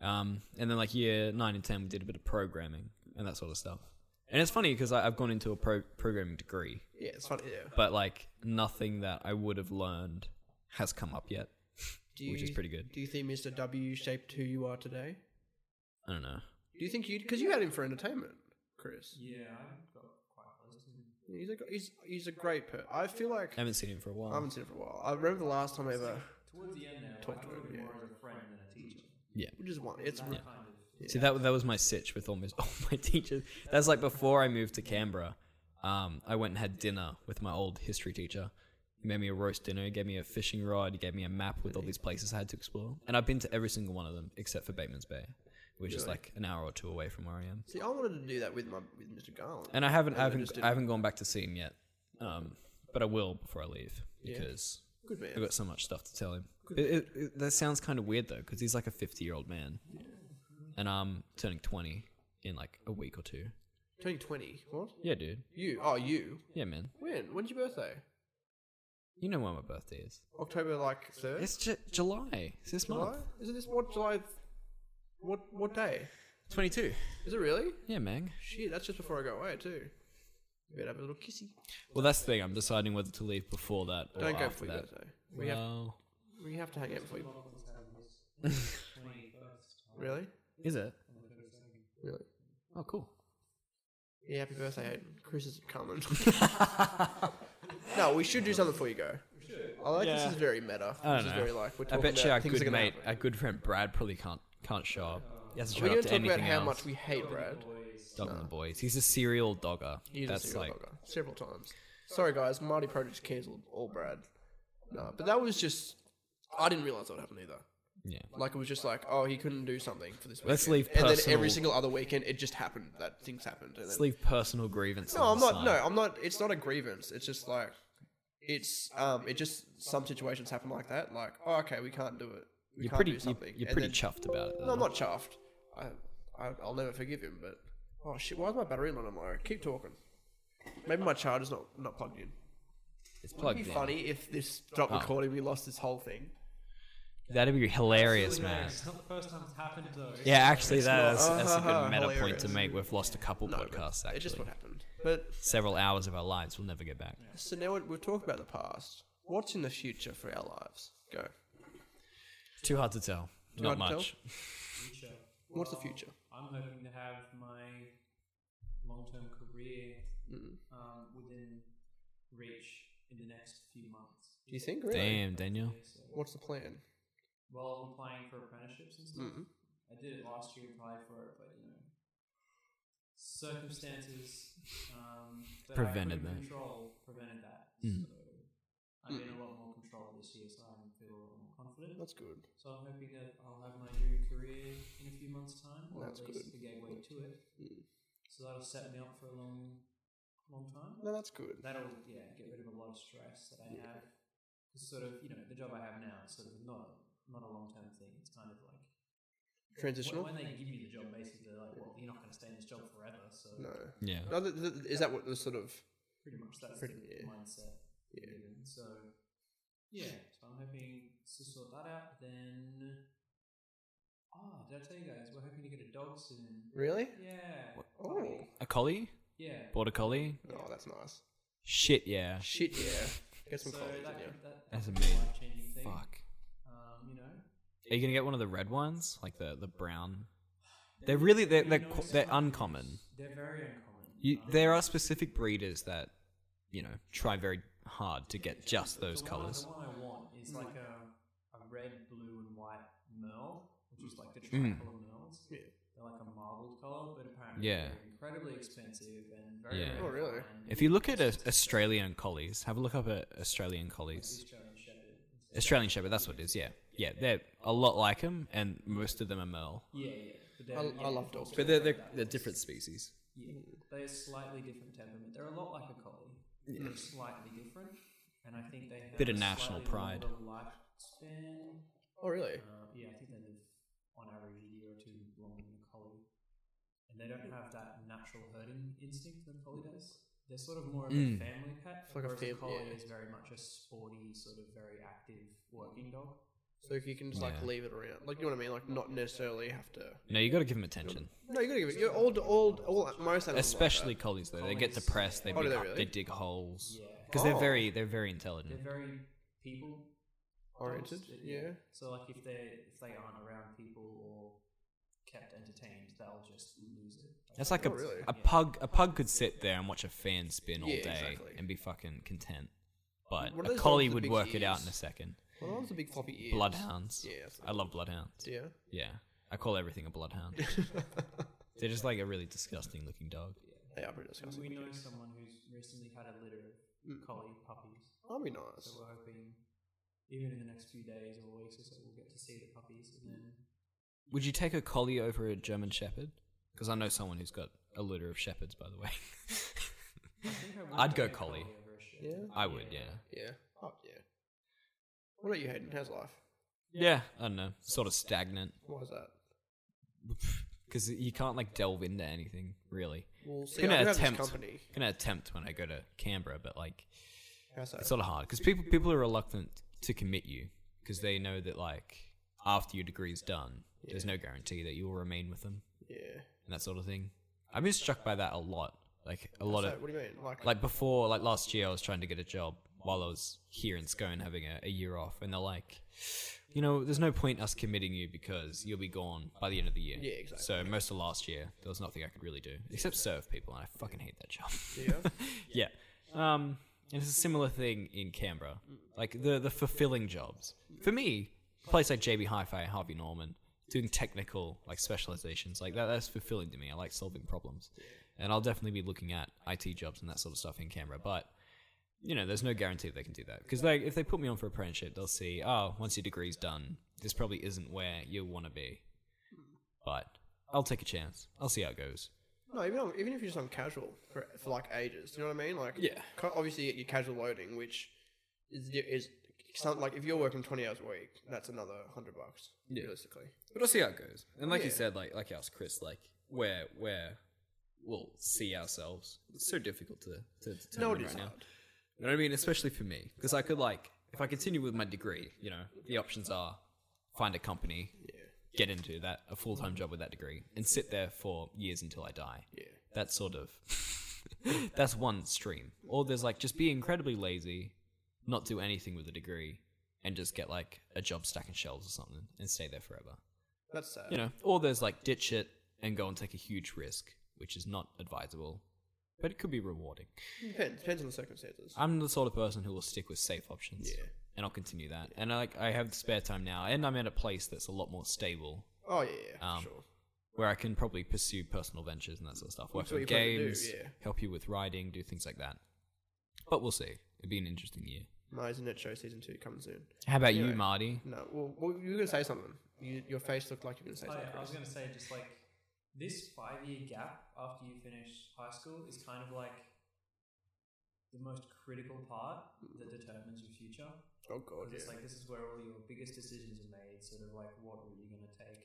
Speaker 4: um, and then like year nine and ten we did a bit of programming and that sort of stuff. And it's funny because I've gone into a pro- programming degree,
Speaker 2: Yeah, it's funny. Yeah.
Speaker 4: but like nothing that I would have learned has come up yet,
Speaker 2: Do you,
Speaker 4: which is pretty good.
Speaker 2: Do you think Mr. W shaped who you are today?
Speaker 4: I don't know.
Speaker 2: Do you think you because you had him for entertainment, Chris?
Speaker 3: Yeah, I got quite close to him.
Speaker 2: He's a he's, he's a great per. I feel like
Speaker 4: I haven't seen him for a while.
Speaker 2: I haven't seen him for a while. I remember the last time I ever,
Speaker 3: Towards the end now,
Speaker 2: Talked
Speaker 3: I
Speaker 2: to
Speaker 3: thought of
Speaker 2: him,
Speaker 3: him
Speaker 2: yeah.
Speaker 3: more as a friend than a teacher.
Speaker 2: which is one. It's
Speaker 3: That kind of
Speaker 4: See that that was my sitch with almost all my teachers. That's like before I moved to Canberra. Um, I went and had dinner with my old history teacher. He made me a roast dinner. He gave me a fishing rod. He gave me a map with all these places I had to explore. And I've been to every single one of them except for Bateman's Bay, which is
Speaker 2: Really?
Speaker 4: like an hour or two away from where I am.
Speaker 2: See, I wanted to do that with my with Mr. Garland.
Speaker 4: And I haven't I
Speaker 2: And I
Speaker 4: haven't
Speaker 2: just didn't.
Speaker 4: I haven't gone back to see him yet. Um, but I will before I leave because
Speaker 2: Good man.
Speaker 4: I've got so much stuff to tell him. It, it, it, that sounds kind of weird though, because he's like a fifty-year-old man, and I'm turning twenty in like a week or two.
Speaker 2: Turning twenty. What?
Speaker 4: Yeah, dude.
Speaker 2: You? Oh, you?
Speaker 4: Yeah, man.
Speaker 2: When? When's your birthday?
Speaker 4: You know when my birthday is?
Speaker 2: October like third.
Speaker 4: It's ju- July. It's this
Speaker 2: July?
Speaker 4: month.
Speaker 2: Is it this what July? What what day?
Speaker 4: Twenty-two.
Speaker 2: Is it really?
Speaker 4: Yeah, man.
Speaker 2: Shit, that's just before I go away too. You better have a little kissy.
Speaker 4: Well, that's the thing. I'm deciding whether to leave before that or
Speaker 2: Don't go
Speaker 4: Oh, after
Speaker 2: for your
Speaker 4: that.
Speaker 2: birthday. We have
Speaker 4: Well,
Speaker 2: we have to hang out before you. Really?
Speaker 4: is it?
Speaker 2: Really?
Speaker 4: Oh, cool.
Speaker 2: Yeah, happy birthday, Hayden. Chris is coming. no, we should do something before you go. I like this
Speaker 4: Yeah.
Speaker 2: is very meta.
Speaker 4: I
Speaker 2: this
Speaker 4: don't
Speaker 2: is
Speaker 4: know.
Speaker 2: very like we're
Speaker 4: I
Speaker 2: talking
Speaker 4: bet you
Speaker 2: about
Speaker 4: our
Speaker 2: things that
Speaker 4: good
Speaker 2: are gonna
Speaker 4: mate,
Speaker 2: happen.
Speaker 4: our good friend Brad, probably can't can't show up. He hasn't
Speaker 2: We're
Speaker 4: shown
Speaker 2: gonna
Speaker 4: up to
Speaker 2: talk about
Speaker 4: anything
Speaker 2: how
Speaker 4: else.
Speaker 2: much we hate Brad.
Speaker 4: Dog and the boys. He's a serial dogger.
Speaker 2: He is
Speaker 4: That's
Speaker 2: a serial
Speaker 4: like
Speaker 2: dogger. Several times. Sorry, guys. Mighty Project's cancelled. All Brad. No, but that was just. I didn't realize that would happen either.
Speaker 4: yeah.
Speaker 2: Like it was just like, oh, he couldn't do something for this. Weekend.
Speaker 4: Let's leave
Speaker 2: And then every
Speaker 4: personal-
Speaker 2: single other weekend, it just happened that things happened. And
Speaker 4: Let's
Speaker 2: then,
Speaker 4: leave personal grievance.
Speaker 2: no, I'm
Speaker 4: on the
Speaker 2: not.
Speaker 4: side.
Speaker 2: No, I'm not. It's not a grievance. It's just like, it's um, it just some situations happen like that. Like, oh, okay, we can't do it. We
Speaker 4: You're
Speaker 2: can't
Speaker 4: pretty.
Speaker 2: do
Speaker 4: You're,
Speaker 2: something.
Speaker 4: you're
Speaker 2: And
Speaker 4: pretty
Speaker 2: then-
Speaker 4: chuffed about it. Though.
Speaker 2: No, I'm not chuffed. I, I, I'll never forgive him, but. Oh shit, why is my battery not on my Keep talking. Maybe my charger's not, not plugged in.
Speaker 4: It's
Speaker 2: It'd
Speaker 4: plugged
Speaker 2: be
Speaker 4: in.
Speaker 2: funny if this dropped recording, we lost this whole thing.
Speaker 4: That'd be hilarious, man.
Speaker 3: It's not the first time it's happened though.
Speaker 4: Yeah, actually, that's,
Speaker 2: not-
Speaker 4: that's a good meta point
Speaker 2: Hilarious.
Speaker 4: to make. We've lost a couple
Speaker 2: No, but
Speaker 4: podcasts actually.
Speaker 2: It's just what happened. But
Speaker 4: Several hours of our lives we'll never get back.
Speaker 2: so now we- we've talked about the past. What's in the future for our lives? Go.
Speaker 4: Too hard to tell.
Speaker 2: Too
Speaker 4: not
Speaker 2: hard to
Speaker 4: much.
Speaker 3: Future.
Speaker 2: What's the
Speaker 3: Well,
Speaker 2: future?
Speaker 3: I'm hoping to have my long-term career
Speaker 2: Mm-hmm.
Speaker 3: um, within reach in the next few months.
Speaker 2: Do you think? Really?
Speaker 4: Damn, Daniel.
Speaker 3: So,
Speaker 2: What's the plan?
Speaker 3: well, I'm applying for apprenticeships and stuff.
Speaker 2: Mm-hmm.
Speaker 3: I did it last year, applied for it, but you know, circumstances um, that I
Speaker 4: Prevented
Speaker 3: couldn't
Speaker 4: that.
Speaker 2: Mm.
Speaker 3: Control prevented that. So I'm in a lot more control this year, so I feel a lot more confident.
Speaker 2: That's good.
Speaker 3: So I'm hoping that I'll have my dream career in a few months' time, or
Speaker 2: That's
Speaker 3: at least
Speaker 2: good.
Speaker 3: the gateway to it.
Speaker 2: Mm.
Speaker 3: So that'll set me up for a long, long time.
Speaker 2: No, that's good.
Speaker 3: That'll yeah get rid of a lot of stress that I
Speaker 2: Yeah.
Speaker 3: have. 'Cause sort of you know the job I have now is sort of not not a long term thing. It's kind of like
Speaker 2: Transitional.
Speaker 3: When, when they give you the job, basically, they're like, well, you're not going to stay in this job forever. So
Speaker 2: No.
Speaker 4: Yeah.
Speaker 2: No, th- th- is that what the sort of?
Speaker 3: pretty much that's
Speaker 2: Pretty-
Speaker 3: the
Speaker 2: yeah.
Speaker 3: mindset.
Speaker 2: Yeah.
Speaker 3: Given. So yeah, so I'm hoping to sort that out. Then ah, did I tell you guys we're hoping to get a dog soon?
Speaker 2: Really?
Speaker 3: Yeah.
Speaker 2: Oh.
Speaker 4: A collie?
Speaker 3: Yeah.
Speaker 4: Border collie?
Speaker 2: Oh, that's nice.
Speaker 4: Shit, yeah.
Speaker 2: Shit, yeah. Get some
Speaker 3: so
Speaker 2: collars in
Speaker 3: that,
Speaker 2: you.
Speaker 3: could- that,
Speaker 4: That's
Speaker 3: could be a
Speaker 4: amazing.
Speaker 3: life-changing thing.
Speaker 4: Fuck.
Speaker 3: Um, you know.
Speaker 4: Are you gonna get one of the red ones, like the the brown? They're really they're they're,
Speaker 3: No,
Speaker 4: qu-
Speaker 3: it's
Speaker 4: they're
Speaker 3: not.
Speaker 4: uncommon.
Speaker 3: They're very uncommon.
Speaker 4: You,
Speaker 3: Um,
Speaker 4: there are specific breeders that you know try very hard to get just those
Speaker 3: the one I-
Speaker 4: colors.
Speaker 3: The one I want
Speaker 2: Hmm.
Speaker 3: is like a, a red, blue, and white merle, which is like the
Speaker 4: Mm.
Speaker 3: tricolor merles. They're like a marbled color, but apparently
Speaker 4: Yeah.
Speaker 3: they're incredibly expensive and very
Speaker 4: Yeah.
Speaker 3: rare
Speaker 2: Oh, really?
Speaker 3: to find.
Speaker 4: If you look at uh, Australian collies, have a look up at Australian collies.
Speaker 3: Australian Shepherd.
Speaker 4: Australian Shepherd, that's what it is. Yeah, yeah, they're a lot like them, and most of them are merle.
Speaker 3: Yeah, yeah. But they're,
Speaker 2: I,
Speaker 3: yeah,
Speaker 2: I love dogs.
Speaker 4: But they're they're, they're different species.
Speaker 3: Yeah, they're slightly different temperament. They're a lot like a collie. They're slightly different, and I think they have
Speaker 4: Bit of
Speaker 3: a
Speaker 4: national
Speaker 3: slightly
Speaker 4: pride.
Speaker 3: longer Lifespan.
Speaker 2: Oh, really?
Speaker 3: Uh, yeah, I think they live on average a year or two longer than a collie, and they don't have that natural herding instinct that a collie does. They're sort of more of
Speaker 4: Mm.
Speaker 3: a family pet,
Speaker 2: like a
Speaker 3: whereas
Speaker 2: fam-
Speaker 3: collie
Speaker 2: yeah.
Speaker 3: is very much a sporty, sort of very active working dog.
Speaker 2: So if you can just like
Speaker 4: Yeah.
Speaker 2: leave it around, like you know what I mean, like not necessarily have to.
Speaker 4: No, you got to give them attention,
Speaker 2: No, you gotta give it. You're old, old, all most animals. are like
Speaker 4: especially
Speaker 2: that.
Speaker 4: collies though. They get depressed. They
Speaker 2: Oh, do
Speaker 4: dig
Speaker 2: they
Speaker 4: up,
Speaker 2: really?
Speaker 4: they dig holes
Speaker 3: Yeah,
Speaker 4: because they're
Speaker 2: Oh.
Speaker 4: very they're very intelligent.
Speaker 3: they're very people
Speaker 2: Mm. oriented.
Speaker 3: dogs,
Speaker 2: Yeah.
Speaker 3: So like if they if they aren't around people or kept entertained, they'll just lose it.
Speaker 4: That's like a,
Speaker 2: Oh, really?
Speaker 4: a pug. A pug could sit there and watch a fan spin all
Speaker 2: Yeah,
Speaker 4: day
Speaker 2: exactly.
Speaker 4: and be fucking content. But
Speaker 2: What are
Speaker 4: a
Speaker 2: those
Speaker 4: collie
Speaker 2: dogs with
Speaker 4: would
Speaker 2: big
Speaker 4: work it out in a
Speaker 2: ears?
Speaker 4: second.
Speaker 2: Well, that was a big floppy ears.
Speaker 4: Bloodhounds.
Speaker 2: Yeah. that's-
Speaker 4: I love bloodhounds.
Speaker 2: Yeah.
Speaker 4: Yeah. I call everything a bloodhound. They're just like a really disgusting looking dog.
Speaker 2: They are pretty
Speaker 3: And
Speaker 2: disgusting.
Speaker 3: we know someone who's recently had a litter
Speaker 2: Mm.
Speaker 3: of collie puppies,
Speaker 2: That'd be nice.
Speaker 3: so we're hoping even in the next few days or weeks or so we'll get to see the puppies and then
Speaker 4: Would you take a collie over a German Shepherd? Because I know someone who's got a litter of shepherds, by the way.
Speaker 3: I think I would
Speaker 4: I'd go
Speaker 3: take a
Speaker 4: collie.
Speaker 3: over a shepherd.
Speaker 2: Yeah.
Speaker 4: I would, yeah.
Speaker 2: Yeah. Oh yeah. What about you, Hayden? How's life?
Speaker 4: Yeah, I don't know. Sort of stagnant.
Speaker 2: Why is that?
Speaker 4: Because you can't like delve into anything, really.
Speaker 2: Well, see,
Speaker 4: gonna
Speaker 2: I do have this
Speaker 4: attempt.
Speaker 2: company.
Speaker 4: Gonna attempt when I go to Canberra, but like
Speaker 2: How's that?
Speaker 4: it's sort of hard because people people are reluctant to commit you because they know that like after your degree's done, there's no guarantee that you will remain with them
Speaker 2: yeah.
Speaker 4: and that sort of thing. I've been struck by that a lot. Like a lot
Speaker 2: So,
Speaker 4: of
Speaker 2: what do you mean? Like,
Speaker 4: like before, like last year, I was trying to get a job while I was here in Scone having a, a year off, and they're like, you know, there's no point us committing you because you'll be gone by the end of the year.
Speaker 2: Yeah, exactly.
Speaker 4: So most of last year, there was nothing I could really do except serve people, and I fucking hate that job.
Speaker 2: yeah.
Speaker 4: yeah. Um, and it's a similar thing in Canberra, like the the fulfilling jobs. For me, a place like JB Hi-Fi, Harvey Norman, doing technical like specializations like that that's fulfilling to me. I like solving problems, and I'll definitely be looking at IT jobs and that sort of stuff in Canberra. But you know, there's no guarantee they can do that because like if they put me on for apprenticeship, they'll see oh once your degree's done, this probably isn't where you want to be. But I'll take a chance. I'll see how it goes.
Speaker 2: No, even on, even if you're just on casual for, for like ages, you know what I mean? Like,
Speaker 4: Yeah.
Speaker 2: ca- Obviously, you get your casual loading, which is di- is some, like if you're working twenty hours a week, that's another hundred bucks
Speaker 4: Yeah.
Speaker 2: realistically.
Speaker 4: But I'll see how it goes. And like you
Speaker 2: Yeah.
Speaker 4: said, like like asked Chris, like where where we'll see ourselves. It's so difficult to to
Speaker 2: No,
Speaker 4: determine
Speaker 2: it is
Speaker 4: right now.
Speaker 2: hard.
Speaker 4: You know what I mean? Especially for me, because I could like if I continue with my degree, you know, the options are find a company,
Speaker 2: Yeah,
Speaker 4: get into that a full time job with that degree, and sit there for years until I die.
Speaker 2: yeah,
Speaker 4: That's sort of that's one stream. Or there's like just be incredibly lazy, not do anything with a degree, and just get like a job stacking shelves or something and stay there forever
Speaker 2: that's sad.
Speaker 4: you know, or there's like ditch it and go and take a huge risk, which is not advisable, but it could be rewarding.
Speaker 2: depends depends on the circumstances.
Speaker 4: I'm the sort of person who will stick with safe options,
Speaker 2: Yeah.
Speaker 4: and I'll continue that. And I, like I have the spare time now, and I'm at a place that's a lot more stable,
Speaker 2: oh yeah, yeah, for
Speaker 4: um,
Speaker 2: sure.
Speaker 4: where I can probably pursue personal ventures and that sort of stuff, work
Speaker 2: That's what
Speaker 4: on
Speaker 2: you plan to do,
Speaker 4: games,
Speaker 2: yeah.
Speaker 4: help you with writing, do things like that. But we'll see. It'd be an interesting year.
Speaker 2: Myers Net Show season two coming soon.
Speaker 4: How about you,
Speaker 2: Anyway.
Speaker 4: Marty?
Speaker 2: No, well, well you were gonna say something. You, your face looked like you were gonna say
Speaker 3: Oh,
Speaker 2: something.
Speaker 3: yeah, I was
Speaker 2: Chris.
Speaker 3: going to say, just like this five year gap after you finish high school is kind of like the most critical part that determines your future.
Speaker 2: Oh god,
Speaker 3: 'Cause
Speaker 2: yeah.
Speaker 3: It's like this is where all your biggest decisions are made, sort of like what route you're going to take,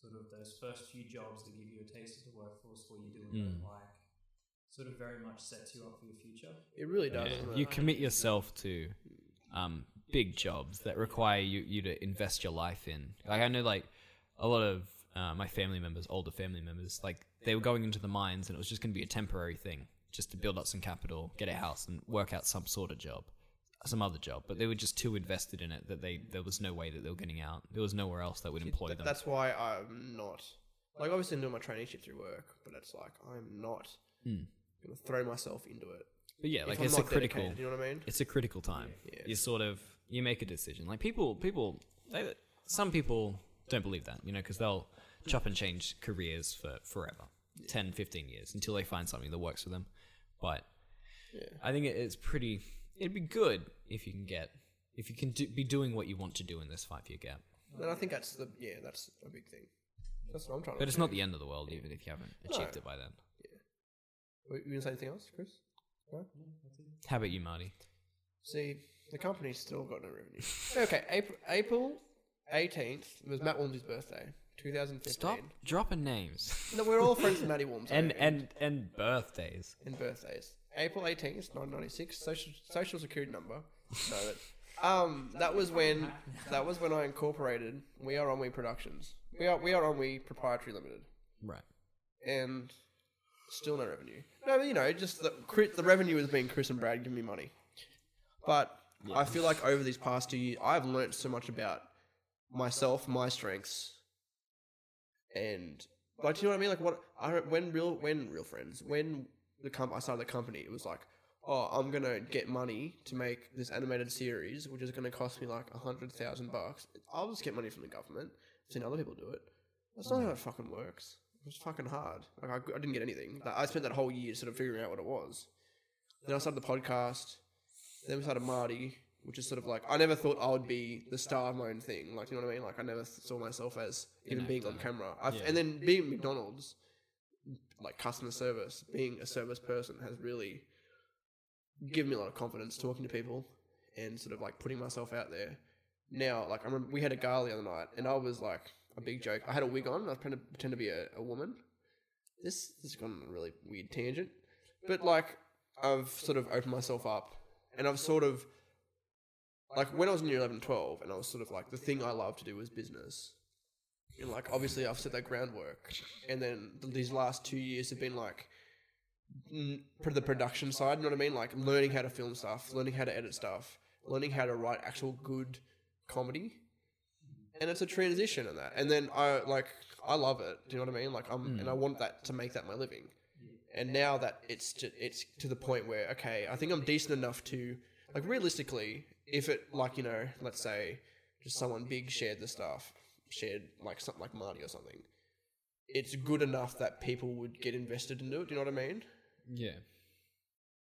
Speaker 3: sort of those first few jobs that give you a taste of the workforce, what you do and
Speaker 4: Mm.
Speaker 3: don't like, sort of very much sets you up for your future.
Speaker 2: it really does.
Speaker 4: Yeah.
Speaker 2: doesn't it?
Speaker 4: You commit yourself to um, big jobs that require you, you to invest your life in. Like I know, like a lot of uh, my family members, older family members, like they were going into the mines, and it was just going to be a temporary thing, just to build up some capital, get a house, and work out some sort of job, some other job. But they were just too invested in it that they there was no way that they were getting out. There was nowhere else that would employ
Speaker 2: Th-
Speaker 4: them.
Speaker 2: That's why I'm not. Like, obviously, I'm doing my traineeship through work, but it's like I'm not
Speaker 4: Mm.
Speaker 2: gonna throw myself into it.
Speaker 4: But yeah,
Speaker 2: If
Speaker 4: like
Speaker 2: I'm
Speaker 4: it's a
Speaker 2: not
Speaker 4: critical.
Speaker 2: dedicated, you know what I mean?
Speaker 4: it's a critical time.
Speaker 2: Yeah.
Speaker 4: You sort of you make a decision. Like people, people, they, some people don't believe that, you know, because they'll chop and change careers for forever, 10, 15 years until they find something that works for them. But I think it, it's pretty. It'd be good if you can get if you can do, be doing what you want to do in this five year gap.
Speaker 2: And I think that's the yeah, that's a big thing. That's what I'm trying.
Speaker 4: But
Speaker 2: to
Speaker 4: it's not the end of the world, even if you haven't achieved
Speaker 2: No.
Speaker 4: it by then.
Speaker 2: Were you gonna say anything else, Chris? No?
Speaker 4: How about you, Marty?
Speaker 2: See, the company's still got no revenue. okay, April April eighteenth was Matt Walmsley's birthday, 2015.
Speaker 4: Stop dropping names
Speaker 2: No, we're all friends with Matty Walmsley.
Speaker 4: and and and birthdays.
Speaker 2: and birthdays. April 18th, 1996, social, social security number. No, that, um, that was when that was when I incorporated We Are On We Productions. We are We Are On We Proprietary Limited,
Speaker 4: Right.
Speaker 2: and still no revenue. No, but, you know, just the cri- the revenue has been Chris and Brad giving me money, but I feel like over these past two years, I've learnt so much about myself, my strengths, and like, do you know what I mean? Like, what I don't- when real when real friends when the com- I started the company, it was like, oh, I'm gonna get money to make this animated series, which is gonna cost me like a hundred thousand bucks. I'll just get money from the government. I've seen other people do it. That's not how it fucking works. It was fucking hard. Like, I, I didn't get anything. Like, I spent that whole year sort of figuring out what it was. Then I started the podcast. Then we started Marty, which is sort of like I never thought I would be the star of my own thing. Like you know what I mean? Like I never saw myself as even being on camera. I've, And then being at McDonald's, like customer service, being a service person has really given me a lot of confidence talking to people and sort of like putting myself out there. Now, like I remember we had a gala the other night, and I was like a big joke. I had a wig on. and I pretend to pretend to be a, a woman. This this has gone on a really weird tangent, but like I've sort of opened myself up, and I've sort of like when I was in year 11 and 12, and I was sort of like the thing I loved to do was business. And like obviously I've set that groundwork, and then th- these last two years have been like n- pr- mm, the production side. You know what I mean? Like learning how to film stuff, learning how to edit stuff, learning how to write actual good comedy. And it's a transition in that. And then I like I love it. Do you know what I mean? Like I'm and I want that to make that my living. And now that it's to, it's to the point where okay, I think I'm decent enough to like realistically, if it like you know, let's say just someone big shared the stuff, shared like something like Marty or something, it's good enough that people would get invested into it. Do you know what I mean?
Speaker 4: Yeah.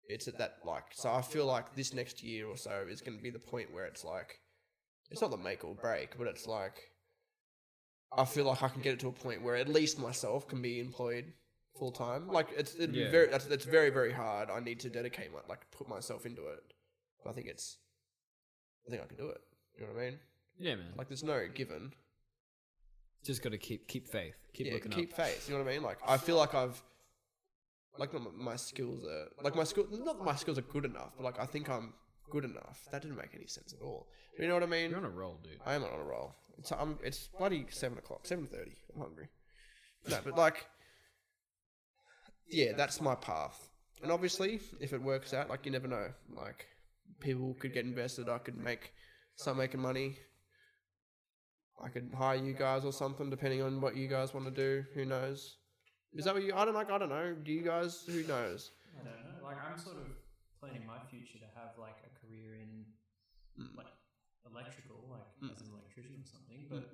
Speaker 2: It's at that like so I feel like this next year or so is going to be the point where it's like it's not the make or break, but it's like I feel like I can get it to a point where at least myself can be employed full time. Like it's it'd
Speaker 4: Yeah.
Speaker 2: be very that's that's very very hard. I need to dedicate my like put myself into it. But I think it's I think I can do it. You know what I mean?
Speaker 4: Yeah, man.
Speaker 2: Like there's no given.
Speaker 4: Just got to keep keep faith. Keep
Speaker 2: yeah,
Speaker 4: looking
Speaker 2: keep
Speaker 4: up.
Speaker 2: faith. You know what I mean? Like I feel like I've like not my, my skills are like my skill not that my skills are good enough, but like I think I'm good enough. That didn't make any sense at all. You know what I mean?
Speaker 4: You're on a roll, dude.
Speaker 2: I am on a roll. It's I'm, it's bloody seven o'clock, seven thirty. I'm hungry. No, but like, yeah, that's my path. And obviously, if it works out, like you never know. Like, people could get invested. I could make start making money. I could hire you guys or something, depending on what you guys want to do. Who knows? Is that what you? I don't like. I don't know. Do you guys? Who knows?
Speaker 3: I don't know. Like I'm sort of planning my future to have like a career in
Speaker 2: Hmm.
Speaker 3: like electrical, like as an electrician or something.
Speaker 2: Hmm.
Speaker 3: But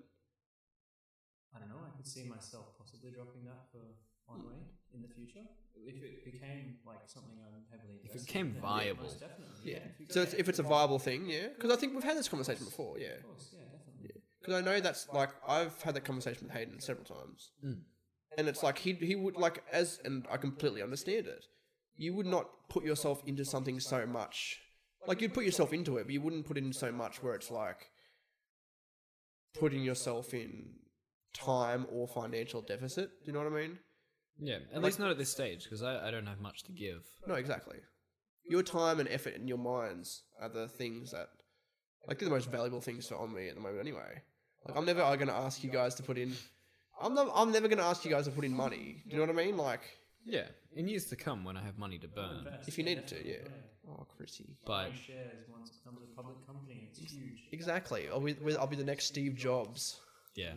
Speaker 3: I don't know. I could see myself possibly dropping that for one way. in the future if it became like something I'm heavily
Speaker 4: If it
Speaker 3: invested
Speaker 4: became
Speaker 3: in, then
Speaker 4: viable.
Speaker 3: most definitely.
Speaker 2: Yeah.
Speaker 3: If you
Speaker 2: So
Speaker 3: go
Speaker 2: it's,
Speaker 3: back
Speaker 2: if it's a
Speaker 3: to
Speaker 2: viable thing, yeah. Because I think we've had this conversation before, yeah.
Speaker 3: that, of course, yeah, definitely.
Speaker 2: Because I know that's like I've had that conversation with Hayden several times,
Speaker 4: Mm.
Speaker 2: and it's like he he would like as and I completely understand it. You would not put yourself into something so much, like you'd put yourself into it, but you wouldn't put in so much where it's like putting yourself in time or financial deficit. Do you know what I mean?
Speaker 4: Yeah, at least not at this stage because I, I don't have much to give.
Speaker 2: No, exactly. Your time and effort and your minds are the things that, like, they're the most valuable things for on me at the moment. Anyway, like, I'm never going to ask you guys to put in. I'm not, I'm never going to ask you guys to put in money. Do you know what I mean? Like,
Speaker 4: Yeah, in years to come when I have money to burn.
Speaker 3: Invest,
Speaker 2: if you
Speaker 3: yeah,
Speaker 2: needed to,
Speaker 3: definitely,
Speaker 2: yeah. Oh, Chrissy.
Speaker 4: But
Speaker 3: Buying shares once it becomes a public company, it's huge.
Speaker 2: Exactly. I'll be, I'll be the next Steve Jobs.
Speaker 4: yeah,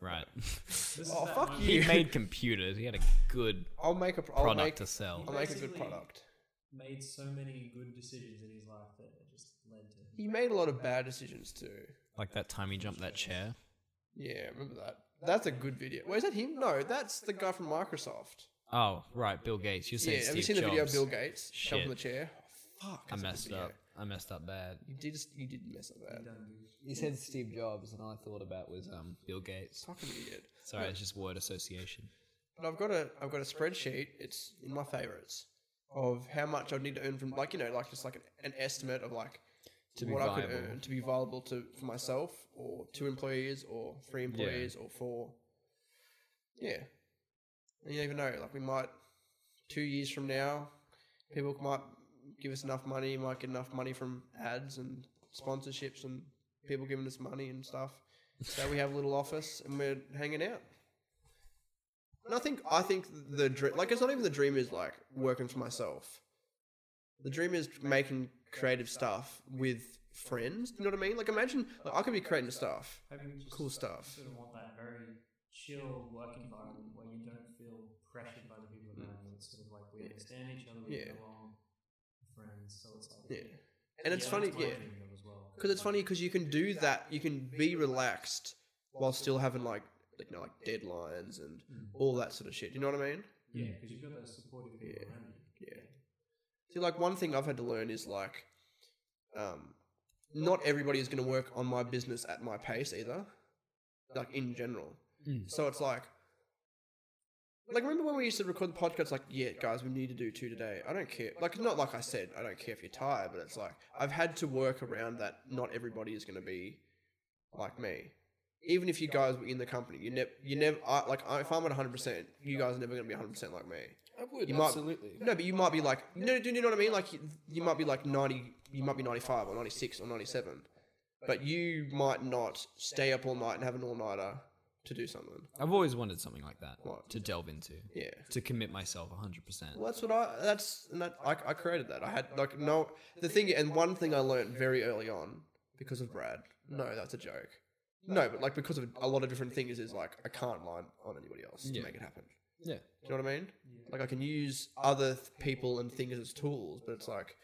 Speaker 4: right.
Speaker 3: This
Speaker 2: Oh,
Speaker 3: is that
Speaker 2: fuck
Speaker 3: moment-
Speaker 4: he
Speaker 2: you.
Speaker 4: made computers. He had a good
Speaker 2: I'll make a. pr- I'll
Speaker 4: product
Speaker 2: make,
Speaker 4: to sell.
Speaker 2: I'll make a good
Speaker 3: Basically-
Speaker 2: product.
Speaker 3: Made so many good decisions in his life that it just led to.
Speaker 2: He made a lot of bad decisions too.
Speaker 4: Like that time he jumped that chair.
Speaker 2: Yeah, I remember that. That's a good video. Wait, is that him? No, that's the guy from Microsoft.
Speaker 4: Oh, right, Bill Gates. You
Speaker 2: Yeah,
Speaker 4: said
Speaker 2: have
Speaker 4: Steve
Speaker 2: you seen the video of
Speaker 4: Jobs.
Speaker 2: Bill Gates jump
Speaker 4: Shit.
Speaker 2: from the chair? Oh, fuck, that's a
Speaker 4: I
Speaker 2: good
Speaker 4: messed
Speaker 2: video.
Speaker 4: up. I messed up bad.
Speaker 2: You did. You did mess up that.
Speaker 4: You said Steve Jobs, and all I thought about was um Bill Gates.
Speaker 2: Fucking idiot.
Speaker 4: Sorry, it's just word association.
Speaker 2: But I've got a. I've got a spreadsheet. It's in my favorites of how much I'd need to earn from, like you know, like just like an, an estimate of like
Speaker 4: To be
Speaker 2: what I could
Speaker 4: viable.
Speaker 2: earn to be viable to for myself or two employees or three employees or four. Yeah, and you never know. Like we might two years from now, people might give us enough money. Might get enough money from ads and sponsorships and people giving us money and stuff. So we have a little office and we're hanging out. And I think I think the dream, like it's not even the dream is like working for myself. The dream is making creative stuff with friends. You know what I mean? Like imagine like I could be creating stuff,
Speaker 3: Having just
Speaker 2: cool stuff.
Speaker 3: sort of want that very chill work environment where you don't feel pressured by the people around you. It's sort of like we understand each other, we
Speaker 2: Mm. Yeah.
Speaker 3: get along, friends. So it's like
Speaker 2: Yeah, and it's funny,
Speaker 3: that's my
Speaker 2: yeah,
Speaker 3: dream job as well.
Speaker 2: because it's funny because you can do that. You can be relaxed while still having like like you know like deadlines and all that sort of shit. You know what I mean?
Speaker 3: Yeah, because you've got those supportive people
Speaker 2: Yeah.
Speaker 3: around you.
Speaker 2: Yeah. See, like one thing I've had to learn is like, um, not everybody is going to work on my business at my pace either. Like in general,
Speaker 4: Mm.
Speaker 2: so it's like, like remember when we used to record the podcast? Like, yeah, guys, we need to do two today. I don't care. Like, not like I said, I don't care if you're tired, but it's like I've had to work around that. Not everybody is going to be like me. Even if you guys were in the company, you never, you never, I, like, I, if I'm at 100%, you guys are never going to be 100% like me.
Speaker 4: I would
Speaker 2: You might- No, but you might be like, no, do you know what I mean? Like, you, you might be like 90, you might be 95 or 96 or 97, but you might not stay up all night and have an all nighter to do something.
Speaker 4: I've always wanted something like that
Speaker 2: What?
Speaker 4: to delve into,
Speaker 2: Yeah.
Speaker 4: to commit myself 100%.
Speaker 2: Well, that's what I, that's, and that, I, I created that. I had, like, no, the thing, and one thing I learned very early on because of Brad. No, that's a joke. No, but like, because of a lot of different things, is like, I can't line on anybody else
Speaker 4: Yeah.
Speaker 2: to make it happen.
Speaker 4: Yeah.
Speaker 2: Do you know what I mean? Like I can use other th- people and things as tools, but it's like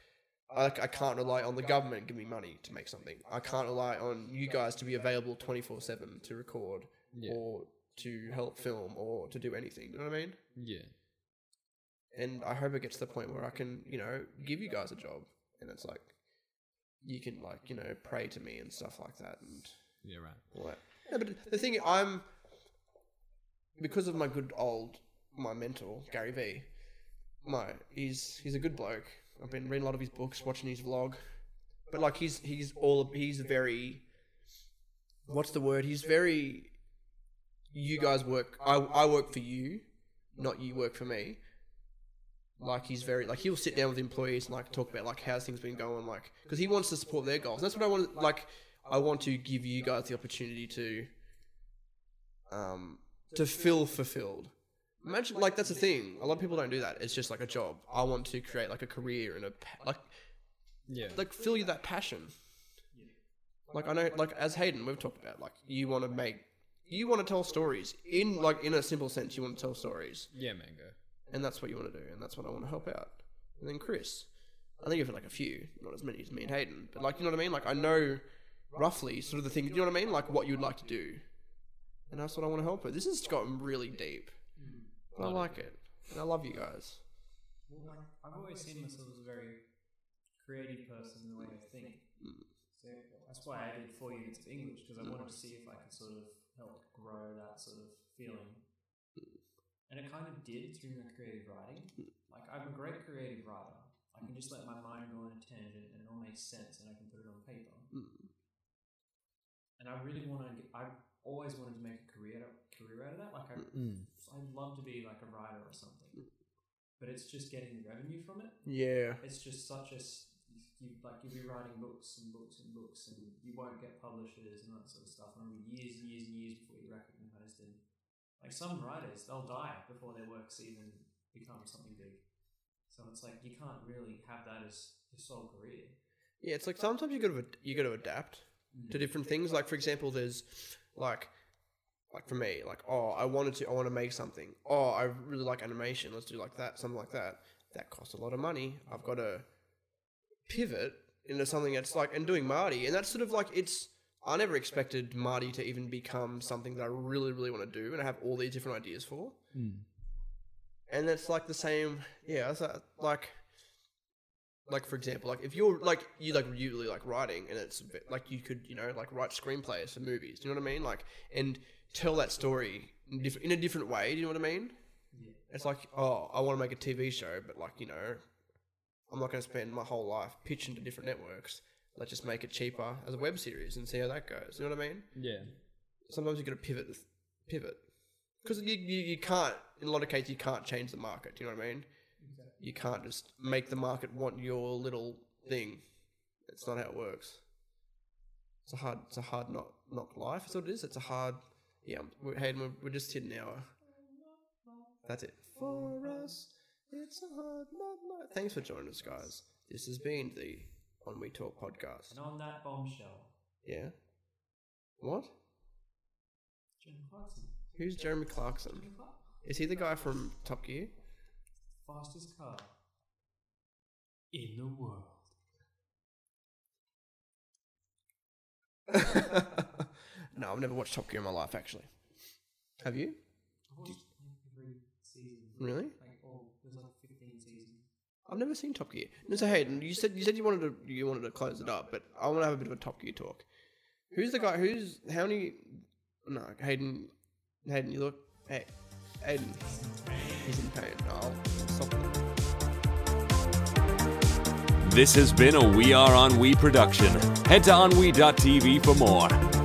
Speaker 2: I, I can't rely on the government to give me money to make something. I can't rely on you guys to be available twenty four seven to record
Speaker 4: Yeah.
Speaker 2: or to help film or to do anything. Do you know what I mean?
Speaker 4: Yeah.
Speaker 2: And I hope it gets to the point where I can, you know, give you guys a job, and it's like you can like you know pray to me and stuff like that and
Speaker 4: Yeah, right.
Speaker 2: all that. No, but the thing I'm because of my good old my mentor Gary V. My he's he's a good bloke. I've been reading a lot of his books, watching his vlog, but like he's he's all he's very what's the word? He's very you guys work. I I work for you, not you work for me. Like he's very like he'll sit down with employees and like talk about like how's things been going, like because he wants to support their goals. And that's what I want. Like I want to give you guys the opportunity to um to feel fulfilled. Imagine like that's the thing. A lot of people don't do that. It's just like a job. I want to create like a career and a pa- like
Speaker 4: Yeah.
Speaker 2: like feel you that passion. Like I know, like as Hayden, we've talked about, like you want to make, you want to tell stories in like in a simple sense, you want to tell stories,
Speaker 4: yeah, mango.
Speaker 2: and that's what you want to do, and that's what I want to help out. And then Chris, I think even like a few, not as many as me and Hayden, but like you know what I mean. Like I know roughly sort of the thing. You know what I mean? Like what you'd like to do, and that's what I want to help with. This has gotten really deep, but I like it. And I love you guys.
Speaker 3: Well, like, I've always seen myself as a very creative person in the way I think. So that's why I did four units of English because I wanted to see if I could sort of help grow that sort of feeling. And it kind of did through my creative writing. Like I'm a great creative writer. I can just let my mind go on a tangent and it all makes sense and I can put it on paper. And I really want to. I always wanted to make a career career out of that. Like I, I'd love to be like a writer or something. But it's just getting revenue from it
Speaker 2: Yeah.
Speaker 3: it's just such a s- you, like you'll be writing books and books and books and you won't get publishers and that sort of stuff and it'll be years and years and years before you're recognized and like some writers they'll die before their works even become something big so it's like you can't really have that as your sole career
Speaker 2: Yeah, it's like sometimes you got to you got to adapt to different things. Like for example, there's like like for me, like oh, I wanted to, I want to make something. Oh, I really like animation. Let's do like that, something like that. That costs a lot of money. I've got to pivot into something that's like and doing Marty, and that's sort of like it's. I never expected Marty to even become something that I really, really want to do, and I have all these different ideas for. And that's like the same, yeah. It's like, like, like for example, like if you're like you like you really like writing, and it's a bit, like you could you know like write screenplays for movies. Do you know what I mean? Like and tell that story in, diff- in a different way. Do you know what I mean?
Speaker 3: Yeah.
Speaker 2: It's like oh, I want to make a TV show, but like you know, I'm not going to spend my whole life pitching to different networks. Let's just make it cheaper as a web series and see how that goes. You know what I mean?
Speaker 4: Yeah.
Speaker 2: sometimes you got to pivot, pivot, because you, you you can't. In a lot of cases, you can't change the market. Do you know what I mean? You can't just make the market want your little thing. That's not how it works. It's a hard, it's a hard knock, knock life. That's what it is. It's a hard. Yeah, we're, Hayden, we're, we're just hit an hour. That's it for us. It's a hard knock life. Thanks for joining us, guys. This has been the On We Talk podcast.
Speaker 3: and on that bombshell
Speaker 2: Yeah. What?
Speaker 3: Jenna Clarkson
Speaker 2: Who's Jeremy Clarkson?
Speaker 3: Jenna Clark-
Speaker 2: Is he the guy from Top Gear?
Speaker 3: fastest car in the world
Speaker 2: no, I've never watched Top Gear in my life, actually. Have you?
Speaker 3: I've watched like every season
Speaker 2: Really?
Speaker 3: like all there's like 15 seasons
Speaker 2: I've never seen Top Gear. No, so Hayden, you said you said you wanted to you wanted to close it up, but I want to have a bit of a Top Gear talk. Who's the guy? Who's how many? No, Hayden. Hayden, you look. Hey, Hayden. He's in pain. I'll stop. Him.
Speaker 1: This has been a We Are On We production. Head to onwe.tv for more.